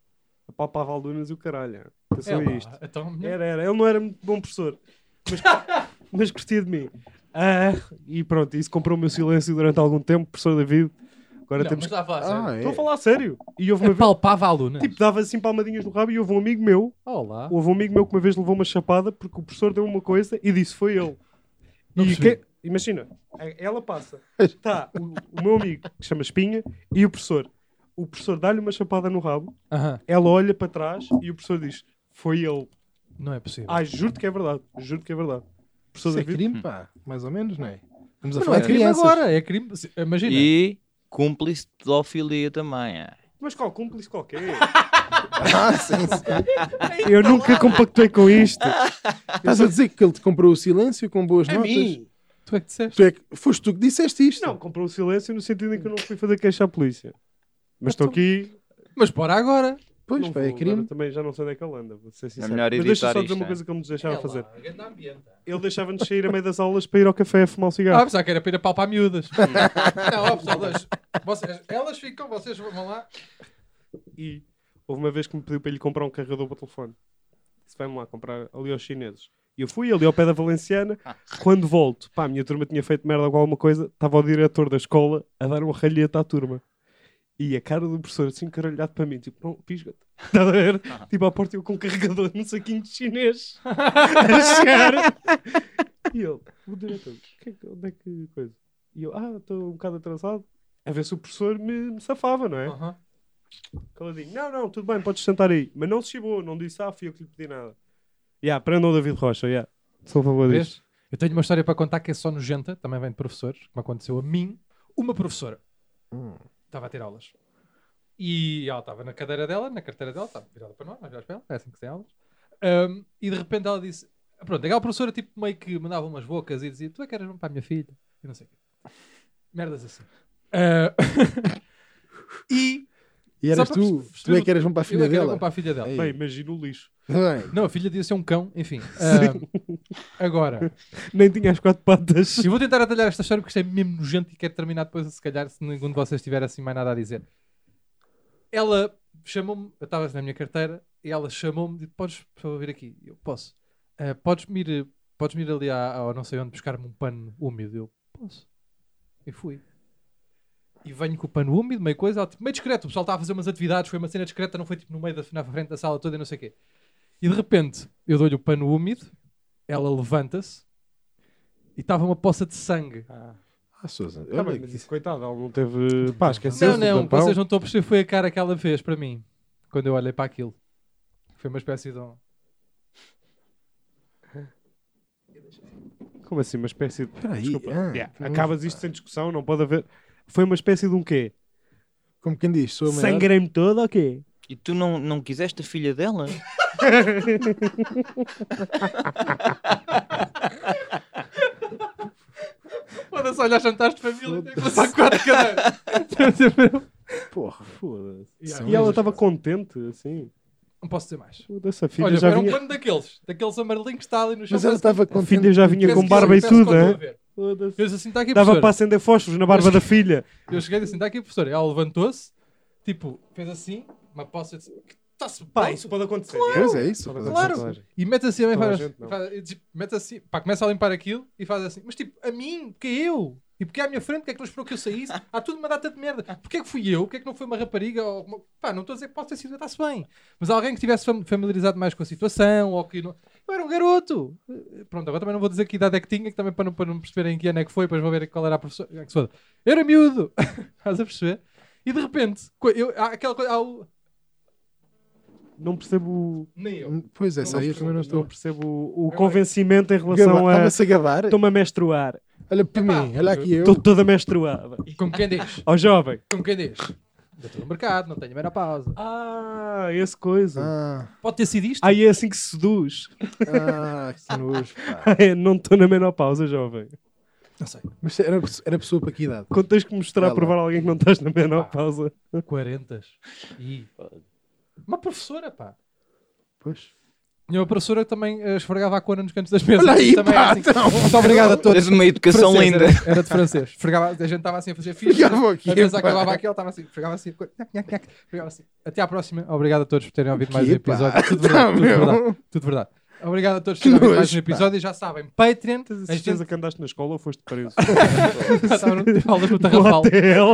apalpava alunas e o caralho. Atenção
é,
a
pá,
isto.
Então,
Era, era. Ele não era muito bom professor, mas, mas curtia de mim. Ah, e pronto, isso comprou o meu silêncio durante algum tempo, professor David. Agora
não,
temos
mas lá fala, sério.
Ah, é.
Estou a falar a sério. E houve uma vez,
Apalpava a aluna.
tipo, dava assim palmadinhas no rabo e houve um amigo meu,
Olá.
houve um amigo meu que uma vez levou uma chapada porque o professor deu uma coisa e disse foi ele.
Não
e
percebi.
que- imagina, a- ela passa. Está o, o meu amigo, que se chama Espinha, e o professor. O professor dá-lhe uma chapada no rabo,
Aham.
ela olha para trás e o professor diz foi ele.
Não é possível.
Ai, juro que é verdade. Juro que é verdade. O professor
Isso é
David
crime, pá. Mais ou menos, não é? Estamos a
Mas não
falar
é
de
crime
crianças.
agora. É crime. se-
né?
Imagina.
E cúmplice de pedofilia também. é.
Mas qual cúmplice qualquer?
Ah, sim, sim.
Eu nunca compactuei com isto.
Estás a dizer que ele te comprou o silêncio com boas
A
notas?
mim.
Tu é que disseste.
Tu é que, foste tu que disseste isto?
Não, comprou o silêncio no sentido em que eu não fui fazer queixa à polícia. Mas estou aqui.
Mas bora agora.
Pois,
não
pá,
vou,
é crime.
agora Também já não sei onde é que ele anda, vou ser sincero.
melhor
Mas deixa
editar
só dizer
isto,
uma
é?
coisa que ele nos deixava fazer.
ambiente.
Ele deixava-nos sair a meio das aulas para ir ao café a fumar um
Ah,
cigarro.
pensava que era para ir a palpar miúdas. não, ó, pessoal, deixa- vocês- elas ficam, vocês vão lá.
E houve uma vez que me pediu para lhe comprar um carregador para o telefone. Disse, vai-me lá comprar ali aos chineses. E eu fui ali ao pé da Valenciana. Quando volto, pá, a minha turma tinha feito merda com alguma coisa. Estava o diretor da escola a dar um ralhete à turma. E a cara do professor assim caralhado para mim, tipo, não, pisga-te. Estás a ver? Tipo, à porta eu com um carregador num saquinho de chinês. a chegar. E ele, o diretor, "O que é que- onde é que coisa? E eu, ah, estou um bocado atrasado. A ver se o professor me, me safava, não é?
Aham.
Caladinho. Não, não, tudo bem, podes sentar aí. Mas não se chibou, não disse, ah, fui eu que lhe pedi nada. Ya, yeah, prendam o David Rocha, ya. Yeah. Sou a favor
Vês?
disso.
Eu tenho uma história para contar que é só nojenta, também vem de professores, como aconteceu a mim. Uma professora
Hum.
estava a ter aulas e ela estava na cadeira dela, na carteira dela, estava virada para nós, nós olhamos para ela, é assim que se tem aulas. Ahm, e de repente ela disse: Pronto, aquela professora tipo meio que mandava umas bocas e dizia: Tu é que eras bom para a minha filha, e não sei o quê. Merdas assim. Ah,
Hum.
e
E eras
Só para
tu,
perceber-
tu é que eras um para
eu
a filha
é que era
dela. é?
bom para a filha dela.
Ei,
Bem, imagina o lixo.
bem.
Não, a filha devia ser um cão, enfim. Ahm, agora.
Nem tinha as quatro patas.
Eu vou tentar atalhar esta história porque isto é mesmo nojento e quero terminar depois, se calhar, se nenhum de vocês tiver assim mais nada a dizer. Ela chamou-me, eu estava na minha carteira, e ela chamou-me e disse: Podes, por favor, vir aqui? Eu posso. "Ah, Podes-me ir, eh, podes-me ir ali à- ao não sei onde buscar-me um pano úmido? Eu posso. E fui. E venho com o pano úmido, meio coisa, ela, tipo, meio discreto. O pessoal estava a fazer umas atividades, foi uma cena discreta, não foi tipo no meio da na frente da sala toda e não sei o quê. E de repente, eu dou-lhe o pano úmido, ela levanta-se e estava uma poça de sangue.
Ah, Sousa,
Tá
olha
bem,
que um
mas
isso-
isso, coitado, ele não teve. Pá, esqueceu.
Não, não, vocês não estão a perceber, foi a cara que ela fez para mim quando eu olhei para aquilo. Foi uma espécie de um.
Como assim, uma espécie de.
Espera aí,
Desculpa.
ah,
Yeah,
que
Acabas isto sem discussão, não pode haver. Foi uma espécie de um quê?
Como quem diz, sou a maior.
Sangrei-me todo ou quê?
E tu não, não quiseste a filha dela?
Foda-se, olha, jantares de família, tem que passar quatro cadeiras.
Porra.
Foda-se.
Yeah.
E ela estava contente, assim.
Não posso dizer mais.
Foda-se, a filha
Olha,
já
era um
vinha.
pano daqueles, daqueles amarelinhos que está ali no chão.
Mas ela estava
A
contente.
filha já vinha
Parece
tá com
que- é um
barba e
parece que
tudo,
eu estou a
hein?
ver.
Foda-se.
Eu disse assim, está aqui,
Dava para
professora.
acender fósforos na barba da filha.
"Tá Eu cheguei e disse assim, está aqui, professora. Ela levantou-se, tipo, fez assim, Uma poça de. Está-se
Pá,
bem.
isso pode acontecer.
Pois é isso.
Claro.
pode
Claro.
acontecer.
E mete assim a mãe e
Toda
faz,
a gente não.
faz- e diz- mete assim, pá, começa a limpar aquilo e faz assim, mas tipo, a mim, porque eu? E porque é à minha frente, porque é que não esperou que eu saísse? Há tudo uma data de merda. Porque é que fui eu? Porque é que não foi uma rapariga? Ou uma- Pá, não estou a dizer que possa ter sido, está-se bem. Mas alguém que tivesse fam- familiarizado mais com a situação, ou que não... Eu era um garoto. Eh, Pronto, agora também não vou dizer que idade é que tinha, que também para não, para não perceberem que ano é que foi, depois vou ver qual era a professora. quem é que se foda. Eu era miúdo. Estás a perceber? E de repente, co- eu, há aquela coisa... há o-
Não percebo,
Nem eu.
Pois é,
Não,
essa aí eu também não
não
estou.
percebo o convencimento em relação
Gaba-
a.
Estava-se a gabar?
Estou-me a menstruar.
Olha para mim, olha aqui eu.
Estou toda menstruada.
Como quem diz.
Ó jovem.
Como quem diz. Eu estou no mercado, não tenho a menor pausa.
Ah, esse coisa.
Ah,
Pode ter sido isto?
Aí é assim que se seduz.
ah, que nojo. pá.
É, não estou na menopausa, jovem.
Não sei.
Mas era, era pessoa para que idade?
Quando tens que mostrar
Ela.
a provar a alguém que não estás na menopausa.
40 e uma professora, pá.
Pois.
Tinha uma professora que também eh, esfregava a cona nos cantos das mesas.
Olha aí,
Isso também
pá,
era assim.
então.
Muito obrigado a todos.
Tens uma educação
Francês,
né?
linda.
Era, era de francês. Esfregava, a gente estava assim a fazer ficha.
Esfregava aqui,
A mesa
pá.
acabava aqui, ela estava assim, esfregava assim, nhac, nhac, nhac, esfregava assim. Até à próxima. Obrigado a todos por terem ouvido mais um
Que, pá.
episódio. Tudo verdade,
Não,
tudo
meu.
verdade. Tudo verdade. Obrigado a todos por terem ouvido mais um
nojo, pá.
episódio. E já sabem, Patreon,
Tens a
a gente
certeza que andaste na escola ou foste preso?
estava no aulas no
No
Tarrafal.
hotel.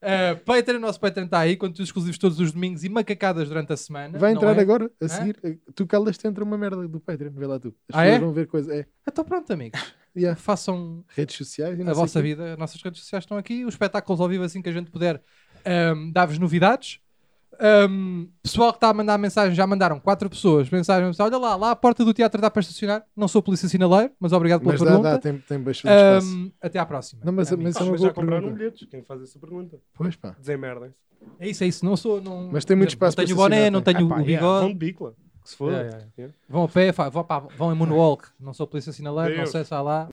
Uh, Patreon, o nosso Patreon está aí, conteúdos exclusivos todos os domingos e macacadas durante a semana.
Vai
não
entrar
é?
agora, a
Hã?
seguir. Tu calas-te entra uma merda do Patreon, vê lá tu. As
Ah,
pessoas
é?
vão ver coisas. É.
Então pronto, amigos.
Yeah.
Façam
Redes sociais e não
a
sei
vossa
quê.
vida. As nossas redes sociais estão aqui. Os espetáculos ao vivo, assim que a gente puder, um, dá-vos novidades. Um, pessoal que está a mandar mensagem, já mandaram quatro pessoas mensagem. Olha lá, lá à porta do teatro dá para estacionar. Não sou polícia sinaleiro, mas obrigado pela
Mas dá,
é pergunta.
dá, tem, tem bastante espaço.
Um, até à próxima.
Não, mas,
amigos.
mas é uma
Mas já
boa
compraram
pergunta.
bilhetes. Quem faz essa pergunta?
um?
Pois pá.
Desemerdem.
É isso, é isso. Não sou. Não,
Mas tem muito espaço
Não tenho
para
boné,
estacionar,
não
tem.
tenho
Ah, pá,
o
yeah,
bigode.
Vão de bicla. Que se foda.
Yeah, yeah, Vão a pé, fa- vão, pá, vão em moonwalk. Não sou polícia sinaleiro, não
Deus.
sei se há lá.